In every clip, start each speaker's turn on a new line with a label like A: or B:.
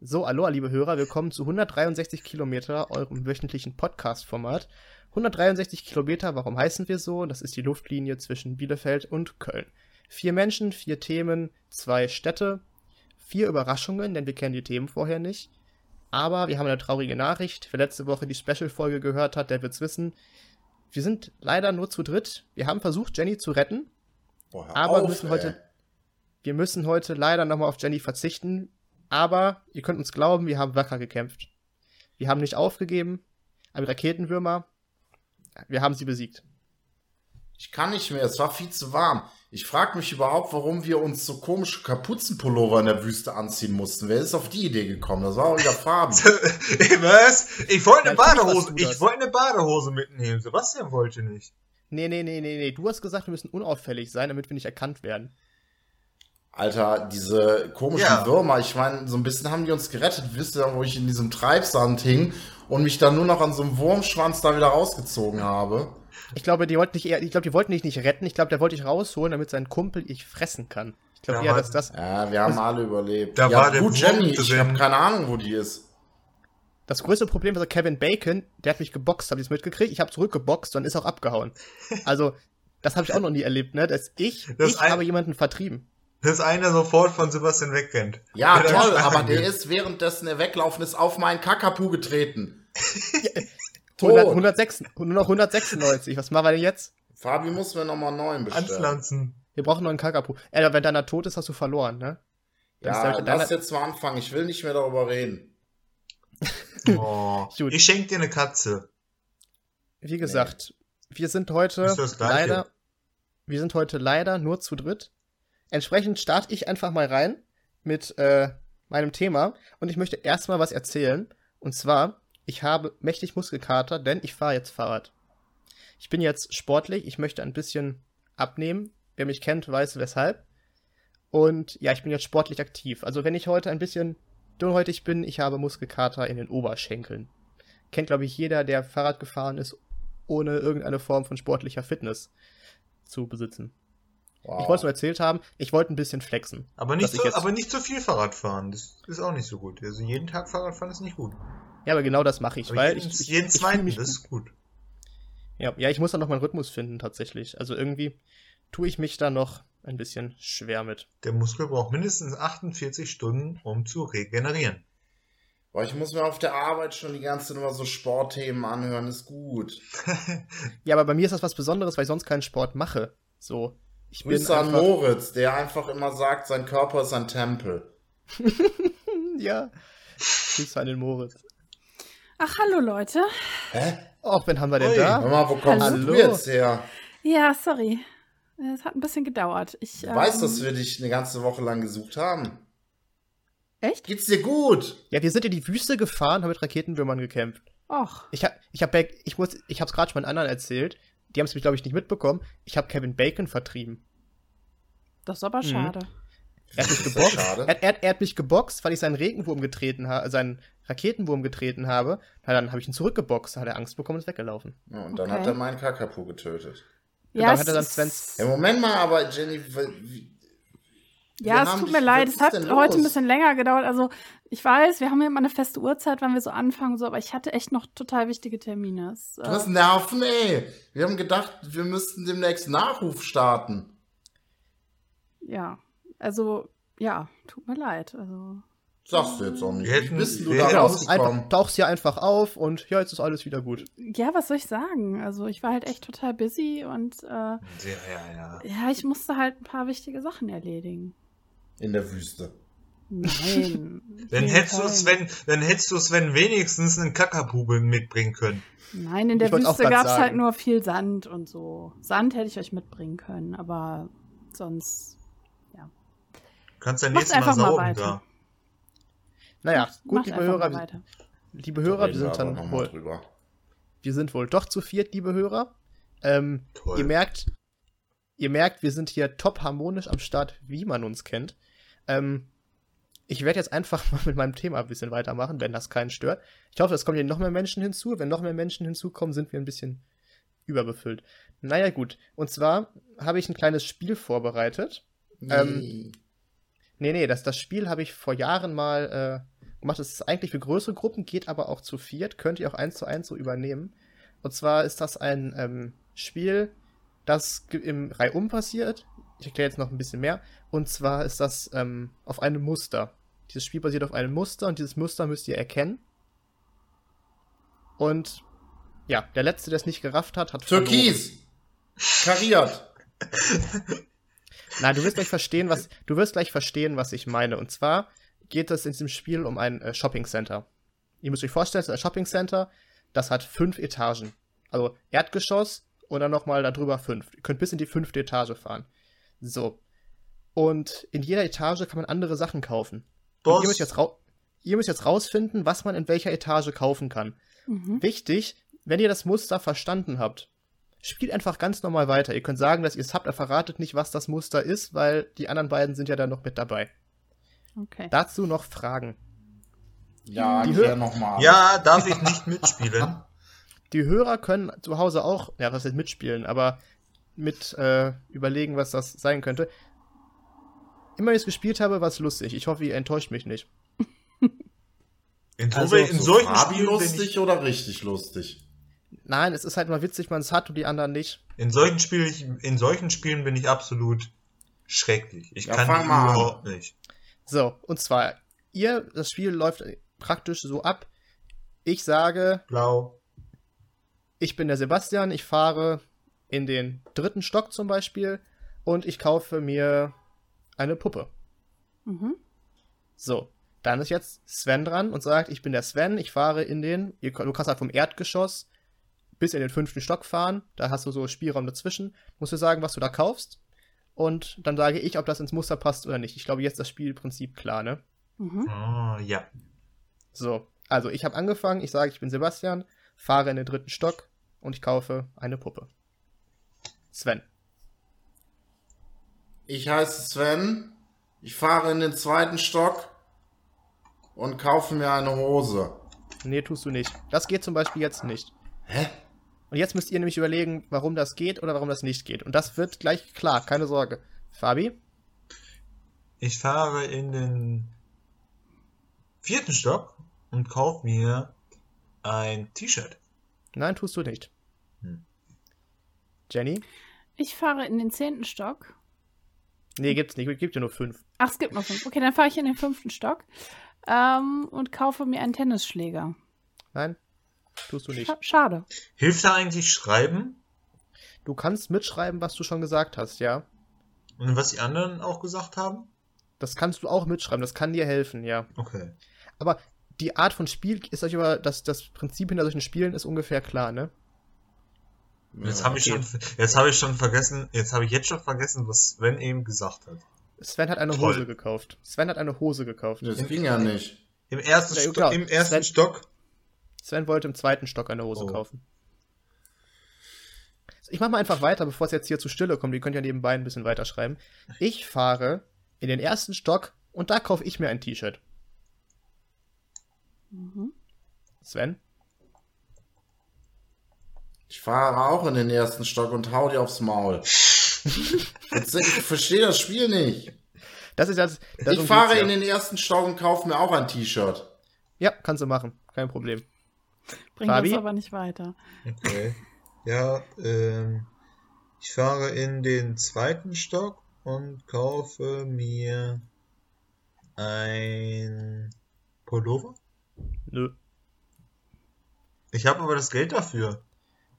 A: So, aloha, liebe Hörer, willkommen zu 163 Kilometer, eurem wöchentlichen Podcast-Format. 163 Kilometer, warum heißen wir so? Das ist die Luftlinie zwischen Bielefeld und Köln. Vier Menschen, vier Themen, zwei Städte, vier Überraschungen, denn wir kennen die Themen vorher nicht. Aber wir haben eine traurige Nachricht. Wer letzte Woche die Special-Folge gehört hat, der wird's wissen. Wir sind leider nur zu dritt. Wir haben versucht, Jenny zu retten,
B: Boah, hör
A: aber
B: auf,
A: müssen
B: ey.
A: heute, wir müssen heute leider nochmal auf Jenny verzichten. Aber ihr könnt uns glauben, wir haben wacker gekämpft. Wir haben nicht aufgegeben, aber die Raketenwürmer, wir haben sie besiegt.
B: Ich kann nicht mehr, es war viel zu warm. Ich frage mich überhaupt, warum wir uns so komische Kapuzenpullover in der Wüste anziehen mussten. Wer ist auf die Idee gekommen? Das war auch wieder Farben.
C: Was? Ich wollte eine
A: Natürlich
C: Badehose.
A: warst du das.
C: Ich wollte eine Badehose mitnehmen. Sebastian wollte nicht.
A: Nee, nee, nee, nee, nee. Du hast gesagt, wir müssen unauffällig sein, damit wir nicht erkannt werden.
B: Alter, diese komischen
C: Ja.
B: Würmer, ich meine, so ein bisschen haben die uns gerettet. Wisst ihr, wo ich in diesem Treibsand hing und mich dann nur noch an so einem Wurmschwanz da wieder rausgezogen habe?
A: Ich glaube, die wollten dich eher, ich glaube, die wollten dich nicht retten. Ich glaube, der wollte dich rausholen, damit sein Kumpel dich fressen kann. Ich glaube
C: Ja,
A: eher,
C: Mann.
A: dass das,
B: Ja, wir haben alle überlebt.
C: Also, da
B: ja,
C: war der
B: gut,
C: Wurm
B: Jenny, ich
C: drin.
B: habe keine Ahnung, wo die ist.
A: das größte Problem war Kevin Bacon. Der hat mich geboxt, habe ich es mitgekriegt. Ich habe zurückgeboxt und ist auch abgehauen. Also, das habe ich auch noch nie erlebt, ne? Dass ich,
C: Das
A: ich
C: ein-
A: habe jemanden vertrieben.
C: Dass einer sofort von Sebastian wegrennt.
B: Ja,
C: Mit einem
B: toll,
C: Schlag.
B: aber der ist, währenddessen er weglaufen ist, auf meinen Kakapu getreten.
A: 100,
B: Tot.
A: 106, nur noch 196. Was machen wir denn jetzt?
B: Fabi muss mir nochmal einen neuen bestellen.
C: Anpflanzen.
A: Wir brauchen noch einen Kakapu. Äh, wenn deiner tot ist, hast du verloren, ne? Dann ist der-
B: Ja,
A: dann-
B: lass jetzt mal anfangen. Ich will nicht mehr darüber reden.
C: Oh.
A: Gut.
C: ich schenke dir eine Katze.
A: Wie gesagt, wir sind heute
C: Ist das Gleiche.
A: leider, wir sind heute leider nur zu dritt. Entsprechend starte ich einfach mal rein mit äh, meinem Thema und ich möchte erstmal was erzählen. Und zwar, ich habe mächtig Muskelkater, denn ich fahre jetzt Fahrrad. Ich bin jetzt sportlich, ich möchte ein bisschen abnehmen. Wer mich kennt, weiß weshalb. Und ja, ich bin jetzt sportlich aktiv. Also wenn ich heute ein bisschen dünnhäutig bin, ich habe Muskelkater in den Oberschenkeln. Kennt, glaube ich, jeder, der Fahrrad gefahren ist, ohne irgendeine Form von sportlicher Fitness zu besitzen.
B: Wow.
A: Ich wollte es nur erzählt haben, ich wollte ein bisschen flexen.
C: Aber
A: Dass
C: nicht,
A: ich
C: zu,
A: jetzt-
C: aber nicht zu viel Fahrrad fahren. Das ist auch nicht so gut. Also jeden Tag Fahrrad fahren ist nicht gut.
A: Ja, aber genau das mache ich,
C: Aber
A: weil
C: jeden,
A: ich, ich,
C: jeden
A: ich fühle
C: zweiten,
A: mich
C: das
A: gut.
C: ist gut.
A: Ja, ja, ich muss da noch meinen Rhythmus finden tatsächlich. Also irgendwie tue ich mich da noch ein bisschen schwer mit.
C: Der Muskel braucht mindestens 48 Stunden, um zu regenerieren.
B: Boah, ich muss mir auf der Arbeit schon die ganze Zeit immer so Sportthemen anhören. Ist gut.
A: Ja, aber bei mir ist das was Besonderes, weil ich sonst keinen Sport mache. So, ich bin
B: Grüße an
A: einfach,
B: Moritz, der einfach immer sagt, sein Körper ist ein Tempel.
A: ja. Grüße an den Moritz.
D: Ach, hallo Leute.
A: Och, wen haben wir denn
C: Ui.
B: Hör
A: da?
B: mal, wo kommst
A: Hallo.
B: du jetzt her?
D: Ja, sorry. Es hat ein bisschen gedauert. Ich
B: Ich weiß,
D: ähm,
B: dass wir dich eine ganze Woche lang gesucht haben.
D: Echt?
B: Geht's dir gut?
A: Ja, wir sind in die Wüste gefahren, haben mit Raketenwürmern gekämpft.
D: Och.
A: Ich hab, ich hab, Bac- ich muss, ich hab's gerade schon meinen anderen erzählt. Die haben es mich, glaube ich, nicht mitbekommen. Ich habe Kevin Bacon vertrieben.
D: Das ist aber
A: Mhm.
D: schade.
A: Er hat mich
B: Ist das
A: geboxt.
B: schade?
A: Er, er, er hat mich geboxt, weil ich seinen Regenwurm getreten habe, seinen Raketenwurm getreten habe. Na, dann habe ich ihn zurückgeboxt, da hat er Angst bekommen und ist weggelaufen.
B: Ja, Und dann
D: Okay.
B: hat er meinen Kakapu getötet.
A: Genau,
D: ja,
A: hat er dann
D: es-
A: Sven's-
B: Ja, Moment mal, aber Jenny, wie- wir
D: ja, es
B: haben
D: tut
B: dich-
D: mir leid.
B: was
D: Es
B: ist
D: hat
B: denn los?
D: heute ein bisschen länger gedauert. Also, ich weiß, wir haben ja immer eine feste Uhrzeit, wann wir so anfangen, und so, aber ich hatte echt noch total wichtige Termine. Es, äh,
B: du hast Nerven, ey. Wir haben gedacht, wir müssten demnächst Nachruf starten.
D: ja. Also, ja, tut mir leid. Also,
B: Sagst du jetzt auch nicht.
C: Wir
B: Wie
C: hätten-
B: bist du
C: wir
B: da
C: hätten
A: Tauchst
B: rausgekommen?
A: einfach, tauchst hier einfach auf und ja, jetzt ist alles wieder gut.
D: ja, was soll ich sagen? Also, ich war halt echt total busy und äh, ja,
C: Ja, ja, ja.
D: ich musste halt ein paar wichtige Sachen erledigen.
B: In der Wüste.
D: Nein.
C: Dann
D: Auf
C: hättest,
D: jeden
C: du
D: Fall.
C: Sven, dann hättest du Sven wenigstens einen Kackapubel mitbringen können.
D: Nein, in der
A: Ich wollt's auch
D: Wüste
A: grad
D: gab es halt
A: sagen.
D: nur viel Sand und so. Sand hätte ich euch mitbringen können, aber sonst.
C: Kannst dein
D: Macht
C: nächstes Mal
D: einfach mal
C: saugen
D: weiter.
C: da.
A: Naja,
D: macht,
A: gut,
D: macht
A: liebe
D: einfach mal
A: Hörer, wir,
D: weiter.
A: liebe Hörer, wir
B: Reden
A: sind
B: aber
A: dann
B: noch mal
A: wohl,
B: drüber.
A: wir sind wohl doch zu viert, liebe Hörer. Ähm,
C: Toll.
A: Ihr merkt, ihr merkt, wir sind hier top harmonisch am Start, wie man uns kennt. Ähm, ich werde jetzt einfach mal mit meinem Thema ein bisschen weitermachen, wenn das keinen stört. Ich hoffe, es kommen hier noch mehr Menschen hinzu. Wenn noch mehr Menschen hinzukommen, sind wir ein bisschen überbefüllt. Naja, gut. Und zwar habe ich ein kleines Spiel vorbereitet. Ähm,
B: Nee.
A: Nee, nee, das, das Spiel habe ich vor Jahren mal äh, gemacht. Das ist eigentlich für größere Gruppen, geht aber auch zu viert, könnt ihr auch eins zu eins so übernehmen. Und zwar ist das ein ähm, Spiel, das ge- im Reihum passiert. Ich erkläre jetzt noch ein bisschen mehr. Und zwar ist das ähm, auf einem Muster. Dieses Spiel basiert auf einem Muster und dieses Muster müsst ihr erkennen. Und ja, der Letzte, der es nicht gerafft hat, hat verloren.
B: Türkis! Kariert!
A: Na, du wirst gleich verstehen, was du wirst gleich verstehen, was ich meine. Und zwar geht es in diesem Spiel um ein äh, Shopping Center. Ihr müsst euch vorstellen, es ist ein Shopping Center, das hat fünf Etagen. Also Erdgeschoss und dann nochmal darüber fünf. Ihr könnt bis in die fünfte Etage fahren. So. Und in jeder Etage kann man andere Sachen kaufen. Und Ihr müsst, jetzt rau- ihr müsst jetzt rausfinden, was man in welcher Etage kaufen kann.
D: Mhm.
A: Wichtig, wenn ihr das Muster verstanden habt, spielt einfach ganz normal weiter. Ihr könnt sagen, dass ihr es habt, aber verratet nicht, was das Muster ist, weil die anderen beiden sind ja dann noch mit dabei.
D: Okay.
A: Dazu noch Fragen.
B: Ja,
A: Die
B: erklär
A: Hö-
B: nochmal.
C: Ja, darf ich nicht mitspielen?
A: Die Hörer können zu Hause auch, ja, was heißt mitspielen, aber mit äh, überlegen, was das sein könnte. Immer wenn ich es gespielt habe, war es lustig. Ich hoffe, ihr enttäuscht mich nicht.
C: In, so,
A: Also,
C: in
B: So
C: solchen
B: Fabi
C: Spielen bin
B: lustig
C: ich,
B: oder richtig lustig?
A: Nein, es ist halt mal witzig, man es hat und die anderen nicht.
C: in solchen Spielen, ich, in solchen Spielen bin ich absolut schrecklich. Ich
B: Ja,
C: kann
B: fang
C: die
B: mal an.
C: überhaupt nicht.
A: So, und zwar, ihr, das Spiel läuft praktisch so ab. Ich sage,
C: Blau.
A: ich bin der Sebastian, ich fahre in den dritten Stock zum Beispiel und ich kaufe mir eine Puppe.
D: Mhm.
A: So, dann ist jetzt Sven dran und sagt, ich bin der Sven, ich fahre in den, ihr- du kannst halt vom Erdgeschoss bis in den fünften Stock fahren, da hast du so Spielraum dazwischen, musst du sagen, was du da kaufst und dann sage ich, ob das ins Muster passt oder nicht. Ich glaube, jetzt ist das Spielprinzip klar, ne?
D: Mhm.
C: Ah, ja.
A: So, also ich habe angefangen, ich sage, ich bin Sebastian, fahre in den dritten Stock und ich kaufe eine Puppe. Sven.
B: Ich heiße Sven. Ich fahre in den zweiten Stock und kaufe mir eine Hose.
A: Nee, tust du nicht. Das geht zum Beispiel jetzt nicht.
B: Hä?
A: Und jetzt müsst ihr nämlich überlegen, warum das geht oder warum das nicht geht. Und das wird gleich klar, keine Sorge. Fabi?
C: Ich fahre in den vierten Stock und kaufe mir ein T-Shirt.
A: Nein, tust du nicht.
C: Hm.
A: Jenny?
D: Ich fahre in den zehnten Stock.
A: Nee, gibt's nicht. Gibt ja nur fünf.
D: Ach, es gibt noch fünf. Okay, dann fahre ich in den fünften Stock ähm, und kaufe mir einen Tennisschläger.
A: Nein, tust du nicht.
D: Scha schade.
C: Hilft da eigentlich Schreiben?
A: Du kannst mitschreiben, was du schon gesagt hast, ja?
C: Und was die anderen auch gesagt haben?
A: Das kannst du auch mitschreiben, das kann dir helfen, ja.
C: Okay.
A: Aber die Art von Spiel ist euch aber, das, das Prinzip hinter solchen Spielen ist ungefähr klar, ne?
C: Jetzt habe ich
A: okay.
C: schon, jetzt habe ich schon vergessen, jetzt habe ich jetzt schon vergessen, was Sven eben gesagt hat.
A: Sven hat eine
C: Toll.
A: Hose gekauft. Sven hat eine Hose gekauft.
B: Das ging ja nicht.
C: Im ersten,
A: Ja,
C: Sto
A: klar.
C: im ersten
A: Sven-
C: Stock.
A: Sven wollte im zweiten Stock eine Hose
C: Oh.
A: kaufen. Ich mach mal einfach weiter, bevor es jetzt hier zu Stille kommt. Ihr könnt ja nebenbei ein bisschen weiterschreiben. Ich fahre in den ersten Stock und da kaufe ich mir ein T-Shirt.
D: Mhm.
A: Sven?
B: Ich fahre auch in den ersten Stock und hau dir aufs Maul. Jetzt, ich verstehe das Spiel nicht.
A: Das ist um das. das
B: Ich fahre in den ersten Stock und kaufe mir auch ein T-Shirt.
A: Ja, kannst du machen. Kein Problem.
D: Bringt
A: Fabi?
D: uns aber nicht weiter.
C: Okay. Ja, ähm, ich fahre in den zweiten Stock und kaufe mir ein Pullover.
A: Nö.
C: Ich habe aber das Geld dafür.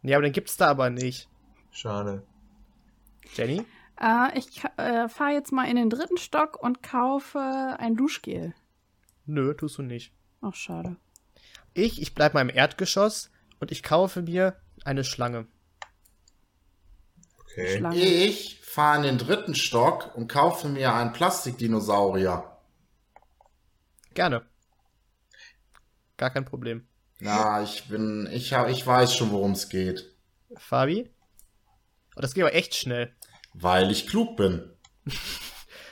A: Ja, aber den gibt's da aber nicht.
C: Schade.
A: Jenny?
D: Äh, ich ka- äh, fahre jetzt mal in den dritten Stock und kaufe ein Duschgel.
A: Nö, tust du nicht.
D: Ach, schade.
A: Ich, ich bleib mal im Erdgeschoss und ich kaufe mir eine Schlange.
C: Okay.
D: Schlange.
B: Ich fahre in den dritten Stock und kaufe mir einen Plastikdinosaurier.
A: Gerne. Gar kein Problem.
B: Na, ich bin, ich hab, ich weiß schon, worum es geht,
A: Fabi? Oh, das geht aber echt schnell.
B: weil ich klug bin.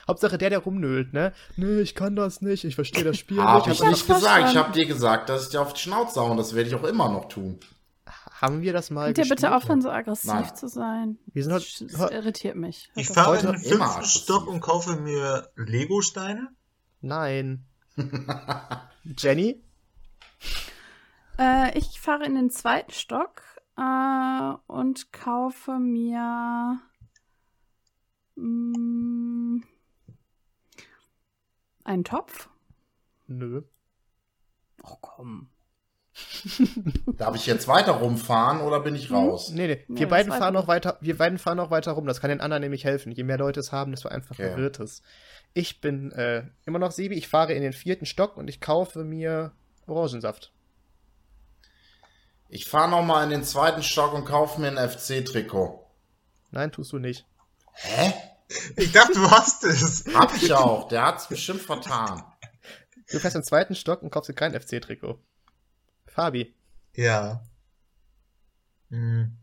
A: Hauptsache der, der rumnölt, ne? Nee, ich kann das nicht, ich verstehe das Spiel
B: Hab
A: nicht.
B: Ah, ich
D: hab's
B: nicht gesagt. Ich
D: verstanden.
B: hab dir gesagt, dass ich dir auf die Schnauze hau und das werde ich auch immer noch tun.
A: Haben wir das mal
D: Könnt ihr bitte aufhören, so aggressiv
B: Nein.
D: zu sein?
A: Wir sind
D: Das,
A: heute-
D: das irritiert mich. Also
C: Ich
D: Hört
C: fahre
A: heute
C: in den
B: immer
C: fünften
B: aggressiv.
C: Stock und kaufe mir Lego-Steine.
A: Nein. Jenny?
D: Äh, ich fahre in den zweiten Stock äh, und kaufe mir mm, einen Topf.
A: Nö.
D: Oh komm.
B: Darf ich jetzt weiter rumfahren oder bin ich raus?
A: Nee, nee.
D: Nee,
A: wir beiden
D: das weiß
A: fahren
D: ich
A: noch weiter, wir beiden fahren noch weiter rum. Das kann den anderen nämlich helfen. Je mehr Leute es haben, desto einfacher
B: Okay.
A: wird es. Ich bin äh, immer noch Sebi. Ich fahre in den vierten Stock und ich kaufe mir Orangensaft.
B: Ich fahre nochmal in den zweiten Stock und kaufe mir ein FC-Trikot.
A: Nein, tust du nicht.
B: Hä?
C: Ich dachte, du hast es.
B: Hab ich auch. Der hat's bestimmt vertan.
A: Du fährst im zweiten Stock und kaufst dir kein FC-Trikot. Fabi,
C: Ja. Hm.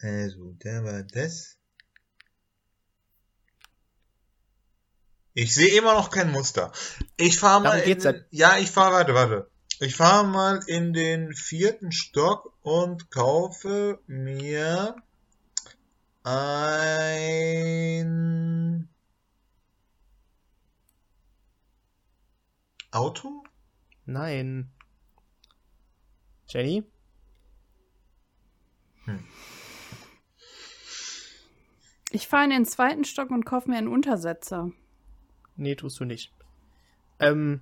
C: Also, der war das. Ich sehe immer noch kein Muster. Ich fahre mal
A: Darum
C: in
A: geht's
C: den, ja, ich fahre warte, warte. Ich fahre mal in den vierten Stock und kaufe mir ein Auto?
A: nein. Jenny?
D: Ich fahre in den zweiten Stock und kaufe mir einen Untersetzer.
A: Nee, tust du nicht. Ähm,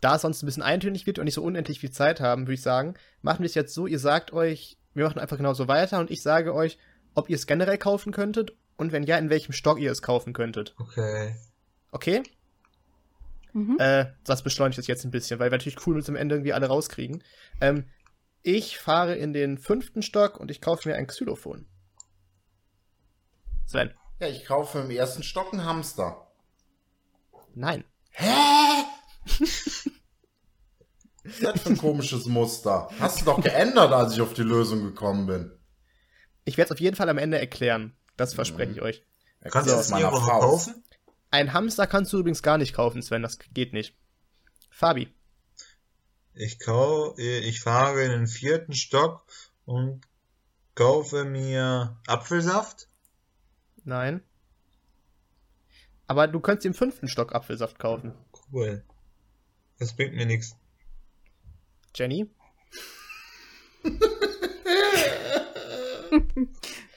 A: da es sonst ein bisschen eintönig wird und nicht so unendlich viel Zeit haben, würde ich sagen, machen wir es jetzt so, ihr sagt euch, wir machen einfach genauso weiter und ich sage euch, ob ihr es generell kaufen könntet und wenn ja, in welchem Stock ihr es kaufen könntet.
C: Okay.
A: Okay?
D: Mhm.
A: Äh, das beschleunigt es jetzt ein bisschen, weil wir natürlich cool mit am Ende irgendwie alle rauskriegen. Ähm, ich fahre in den fünften Stock und ich kaufe mir ein Xylophon. Sven.
B: Ja, ich kaufe im ersten Stock einen Hamster.
A: Nein.
B: Hä? Was ist das für ein komisches Muster? Hast du doch geändert, als ich auf die Lösung gekommen bin.
A: Ich werde es auf jeden Fall am Ende erklären. Das verspreche ich euch.
C: Kannst
B: Ja,
C: du das
B: aus
C: mir
B: meiner
C: überhaupt
B: Faust.
C: kaufen?
A: Ein Hamster kannst du übrigens gar nicht kaufen, Sven, das geht nicht. Fabi,
C: Ich, kau äh, ich fahre in den vierten Stock und kaufe mir Apfelsaft.
A: nein. Aber du könntest im fünften Stock Apfelsaft kaufen.
C: Cool. Das bringt mir nichts.
A: Jenny?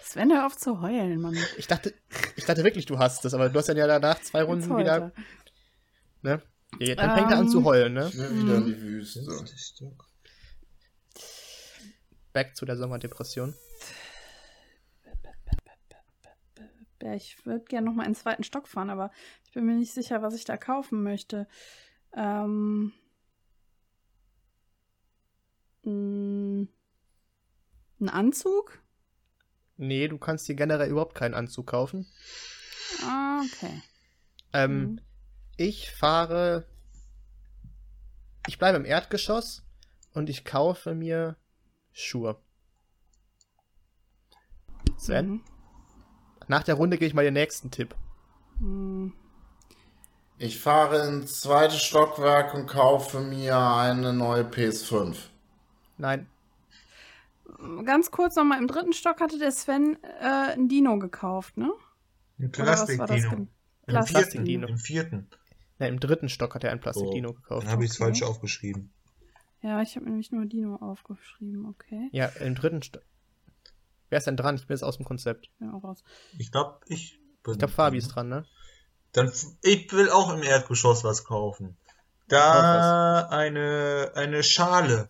D: Sven, hör auf zu heulen, Mann. Jetzt
A: Ich dachte, ich dachte wirklich, du hast das, aber du hast dann ja danach zwei Runden
D: heult
A: wieder.
D: er.
A: Ne? Ja, jetzt dann fängt er an
D: Ähm.
A: zu heulen, ne?
B: Ich will wieder in die Wüste.
C: Fünfter Stock.
A: Back zu der Sommerdepression.
D: Ja, ich würde gerne nochmal in den zweiten Stock fahren, aber ich bin mir nicht sicher, was ich da kaufen möchte. Ähm. mh, mm, Ein Anzug?
A: Nee, du kannst dir generell überhaupt keinen Anzug kaufen.
D: Ah, okay.
A: Ähm,
D: Mhm.
A: Ich fahre. Ich bleibe im Erdgeschoss und ich kaufe mir Schuhe. Sven?
D: Mhm.
A: Nach der Runde gehe ich mal den nächsten Tipp.
D: Mhm.
B: Ich fahre ins zweite Stockwerk und kaufe mir eine neue PS5.
A: Nein,
D: Mm, Ganz kurz nochmal, im dritten Stock hatte der Sven äh, ein Dino gekauft, ne?
C: Ein
D: Oder was war das
C: Plastikdino.
D: gen-
C: Im vierten.
A: Plastikdino.
C: Im vierten.
A: nein, im dritten Stock hat er einen Plastikdino gekauft.
C: Dann habe ich es
D: Okay.
A: ne?
C: falsch aufgeschrieben.
D: Ja, ich habe nämlich nur Dino aufgeschrieben, okay.
A: Ja, im dritten Stock. Wer ist denn dran? Ich bin jetzt aus dem Konzept.
D: Ich bin auch raus.
C: Ich glaube, ich bin.
A: Ich glaube, Fabi ist dran, ne?
C: Dann, f- ich will auch im Erdgeschoss was kaufen. Da eine, eine Schale.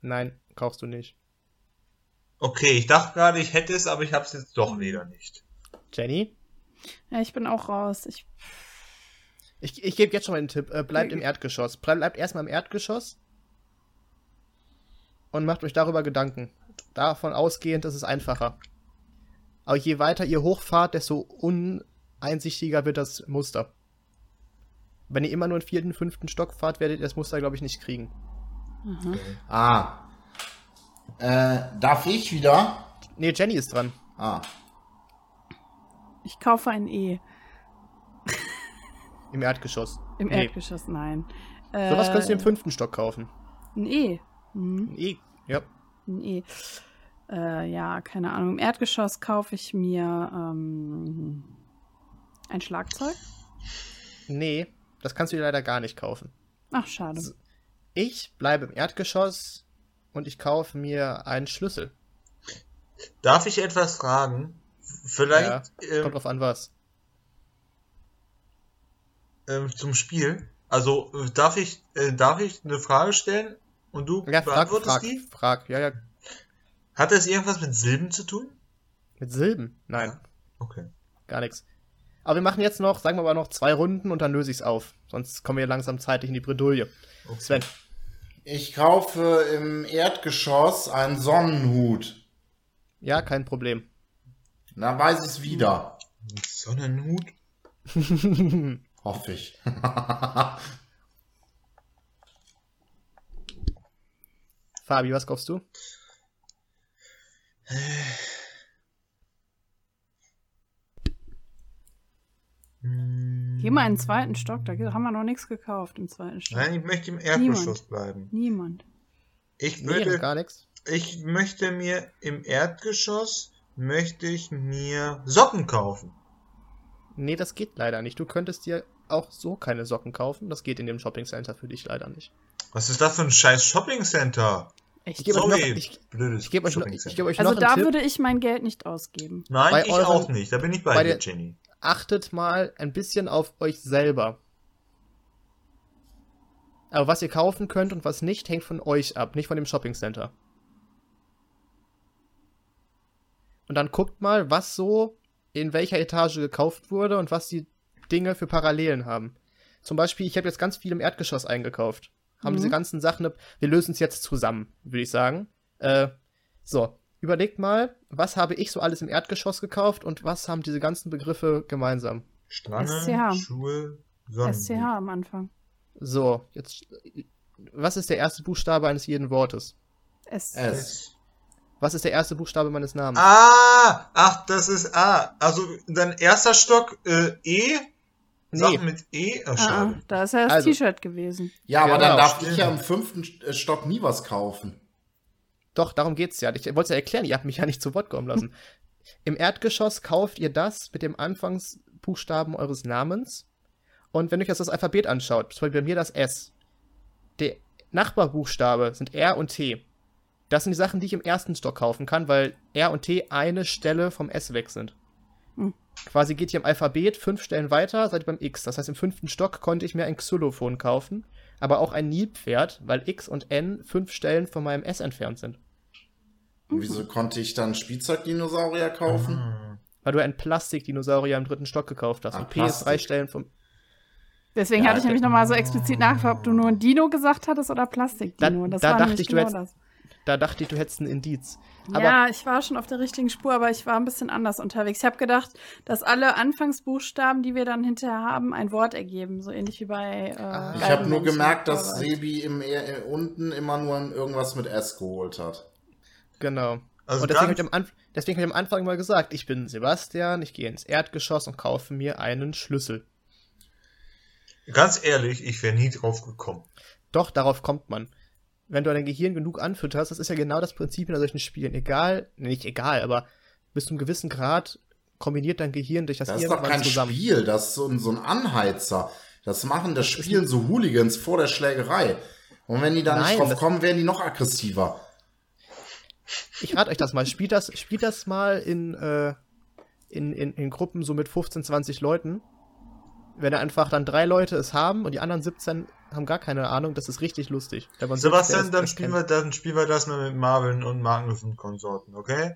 A: Nein, kaufst du nicht.
C: Okay, ich dachte gerade, ich hätte es, aber ich habe es jetzt doch wieder nicht.
A: Jenny?
D: Ja, ich bin auch raus. Ich,
A: Ich, ich gebe jetzt schon mal den Tipp. Äh, bleibt im Erdgeschoss. Bleib, bleibt erstmal im Erdgeschoss. Und macht euch darüber Gedanken. Davon ausgehend ist es einfacher. Aber je weiter ihr hochfahrt, desto uneinsichtiger wird das Muster. Wenn ihr immer nur in vierten, fünften Stock fahrt, werdet ihr das Muster, glaube ich, nicht kriegen.
D: aha.
B: Ah. Äh, darf ich wieder?
A: Nee, Jenny ist dran.
B: Ah.
D: ich kaufe ein E
A: Im Erdgeschoss.
D: im
A: nee.
D: Erdgeschoss, nein. Äh,
A: Sowas könntest du im fünften Stock kaufen.
D: Ein E. Mhm,
A: Ein E. Ja.
D: ein E. Äh, ja, keine Ahnung. Im Erdgeschoss kaufe ich mir ähm, ein Schlagzeug.
A: Nee. Das kannst du dir leider gar nicht kaufen.
D: Ach, schade.
A: So. Ich bleibe im Erdgeschoss und ich kaufe mir einen Schlüssel.
C: Darf ich etwas fragen?
A: Ja,
C: Vielleicht ähm,
A: kommt drauf an, was.
C: ähm, zum Spiel. Also äh, darf ich, äh, darf ich eine Frage stellen und du
A: Ja, frag,
C: beantwortest
A: frag,
C: die?
A: frag. Ja, ja.
C: Hat das irgendwas mit Silben zu tun?
A: Mit Silben? Nein,
C: Ja. Okay.
A: gar nichts. Aber wir machen jetzt noch, sagen wir aber noch zwei Runden und dann löse ich's auf. Sonst kommen wir langsam zeitlich in die Bredouille.
C: okay.
A: Sven,
B: Ich kaufe im Erdgeschoss einen Sonnenhut.
A: ja, kein Problem.
B: Na, weiß ich es wieder.
C: Ein Sonnenhut?
B: Hoffe ich.
A: Fabi, was kaufst du?
C: Hm.
D: Geh mal in den zweiten Stock, da haben wir noch nichts gekauft im zweiten Stock.
C: Nein, ich möchte im Erdgeschoss bleiben.
D: Niemand.
C: Ich
A: Nee,
C: würde,
A: gar nichts.
C: ich möchte mir im Erdgeschoss möchte ich mir Socken kaufen.
A: Nee, das geht leider nicht. Du könntest dir auch so keine Socken kaufen. Das geht in dem Shopping Center für dich leider nicht.
C: Was ist das für ein scheiß Shoppingcenter?
A: Ich
D: Echt?
A: gebe euch noch,
C: Sorry,
A: ich,
C: blödes
A: ich geb euch noch, ich
C: Shoppingcenter.
A: geb euch
D: also
A: noch
D: da
A: einen Tipp.
D: würde ich mein Geld nicht ausgeben.
C: Nein,
A: bei
C: ich
A: euren-
C: auch nicht. Da bin ich bei,
A: bei
C: dir,
A: der-
C: Jenny.
A: Achtet mal ein bisschen auf euch selber. Aber was ihr kaufen könnt und was nicht, hängt von euch ab, nicht von dem Shopping Center. Und dann guckt mal, was so in welcher Etage gekauft wurde und was die Dinge für Parallelen haben. Zum Beispiel, ich habe jetzt ganz viel im Erdgeschoss eingekauft. Haben
D: Mhm.
A: diese ganzen Sachen, wir lösen es jetzt zusammen, würde ich sagen. Äh, so, überlegt mal, was habe ich so alles im Erdgeschoss gekauft und was haben diese ganzen Begriffe gemeinsam?
D: SCH.
C: Strange, Schuhe, Sonnen.
D: SCH am Anfang.
A: So, jetzt. Was ist der erste Buchstabe eines jeden Wortes?
D: S.
B: Äh.
A: Was ist der erste Buchstabe meines Namens?
C: Ah, ach, das ist A. Also dann erster Stock äh, E.
A: Nee.
C: Sachen mit E. Ach,
D: Ah,
C: schade.
D: da ist ja das
A: Also.
D: T-Shirt gewesen.
B: ja, aber
A: Genau,
B: dann darf
C: stimmt.
B: ich ja im fünften äh, Stock nie was kaufen.
A: Doch, darum geht's ja. Ich wollte es ja erklären, ihr habt mich ja nicht zu Wort kommen lassen. Im Erdgeschoss kauft ihr das mit dem Anfangsbuchstaben eures Namens. Und wenn euch jetzt das Alphabet anschaut, zum Beispiel bei mir das S, der Nachbarbuchstabe sind R und T. Das sind die Sachen, die ich im ersten Stock kaufen kann, weil R und T eine Stelle vom S weg sind.
D: Hm.
A: Quasi geht ihr im Alphabet fünf Stellen weiter, seid ihr beim X. Das heißt, im fünften Stock konnte ich mir ein Xylophon kaufen, aber auch ein Nilpferd, weil X und N fünf Stellen von meinem S entfernt sind.
B: Und wieso konnte ich dann Spielzeugdinosaurier kaufen?
C: Ah.
A: Weil du einen Plastikdinosaurier im dritten Stock gekauft hast.
B: Ah,
A: und P ist drei
B: Plastik.
A: Stellen vom.
D: Deswegen
B: Ja,
D: hatte ich nämlich nochmal so explizit nachgefragt, ob du nur Dino gesagt hattest oder Plastik-Dino.
A: Da-
D: das
A: da
D: war
A: dachte
D: nämlich
A: ich, du
D: genau
A: hättest-
D: das.
A: Da dachte ich, du hättest ein Indiz. Aber
D: ja, ich war schon auf der richtigen Spur, aber ich war ein bisschen anders unterwegs. Ich habe gedacht, dass alle Anfangsbuchstaben, die wir dann hinterher haben, ein Wort ergeben. So ähnlich wie bei. Äh,
A: Ah.
B: Ich
A: Beiden
B: habe nur
D: Menschen.
B: gemerkt, dass
D: Aber-
B: Sebi im, äh, unten immer nur irgendwas mit S geholt hat.
A: genau.
C: Also
A: und deswegen habe
C: ganz-
A: ich, am Anf- deswegen hab ich am Anfang mal gesagt, ich bin Sebastian, ich gehe ins Erdgeschoss und kaufe mir einen Schlüssel.
C: Ganz ehrlich, ich wäre nie drauf gekommen.
A: Doch, darauf kommt man. Wenn du dein Gehirn genug anfütterst, das ist ja genau das Prinzip in solchen Spielen. Egal, nee, nicht egal, aber bis zu einem gewissen Grad kombiniert dein Gehirn dich das,
B: Das ist doch
A: irgendwann
B: kein
A: zusammen.
B: Spiel, das ist so ein, so ein Anheizer. Das machen, das spielen so Hooligans vor der Schlägerei. Und wenn die da
A: Nein,
B: nicht drauf
A: das-
B: kommen, werden die noch aggressiver.
A: Ich rate euch das mal. Spielt das, spielt das mal in, äh, in, in, in Gruppen so mit 15, 20 Leuten. Wenn einfach dann drei Leute es haben und die anderen 17 haben gar keine Ahnung, das ist richtig lustig. Wenn man sieht, wer
C: Sebastian,
A: es-
C: dann
A: das
C: spielen,
A: kennt.
C: wir, dann spielen wir das mal mit Marvin und Magnus und Konsorten, okay?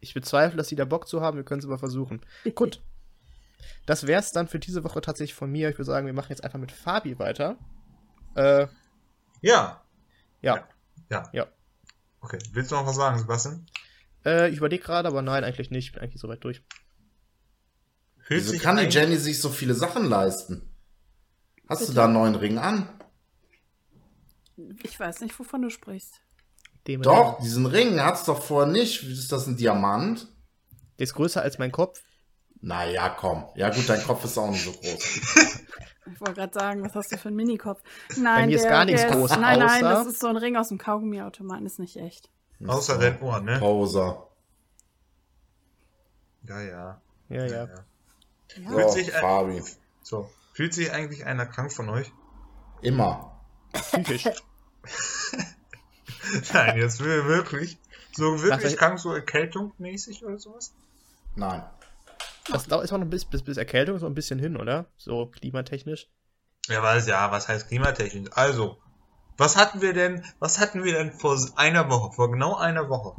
A: Ich bezweifle, dass die da Bock zu haben, wir können es aber versuchen. Gut. Das wär's dann für diese Woche tatsächlich von mir. Ich würde sagen, wir machen jetzt einfach mit Fabi weiter. Äh,
C: Ja.
A: ja.
C: Okay. Willst du noch was sagen, Sebastian?
A: Äh, ich überlege gerade, aber nein, eigentlich nicht. Ich bin eigentlich soweit durch.
C: Fühlt
B: Wieso
C: sich
B: kann die
C: ein-
B: Jenny sich so viele Sachen leisten? Hast
D: Bitte?
B: du da einen neuen Ring an?
D: Ich weiß nicht, wovon du sprichst.
A: Dem
B: Doch, diesen Ring hat's doch vorher nicht. Ist das ein Diamant?
A: Der ist größer als mein Kopf.
B: Naja, komm. Ja gut, dein Kopf ist auch nicht so groß.
D: Ich wollte gerade sagen, was hast du für einen Minikopf? Nein,
A: mir ist
D: der,
A: gar nichts
D: der
A: groß,
D: Ist, nein, nein,
A: außer-
D: das ist so ein Ring aus dem Kaugummiautomaten, ist nicht echt.
C: Außer dein Ohr, ne?
B: Poser.
C: Ja, ja.
A: Ja, ja.
C: ja.
D: Ja.
B: So,
C: Fühlt sich äh, ein-
B: Fabi.
C: So. Fühlt sich eigentlich einer krank von euch?
B: Immer.
A: Psychisch.
C: Nein, jetzt wir- wirklich. So
A: Mach
C: wirklich
A: ich-
C: krank, so erkältungsmäßig oder sowas?
B: Nein.
A: Das dauert ist auch noch ein bisschen bis, bis Erkältung ist noch ein bisschen hin, oder? So klimatechnisch.
C: Ja, weiß ja, was heißt klimatechnisch? Also, was hatten wir denn, was hatten wir denn vor einer Woche, vor genau einer Woche?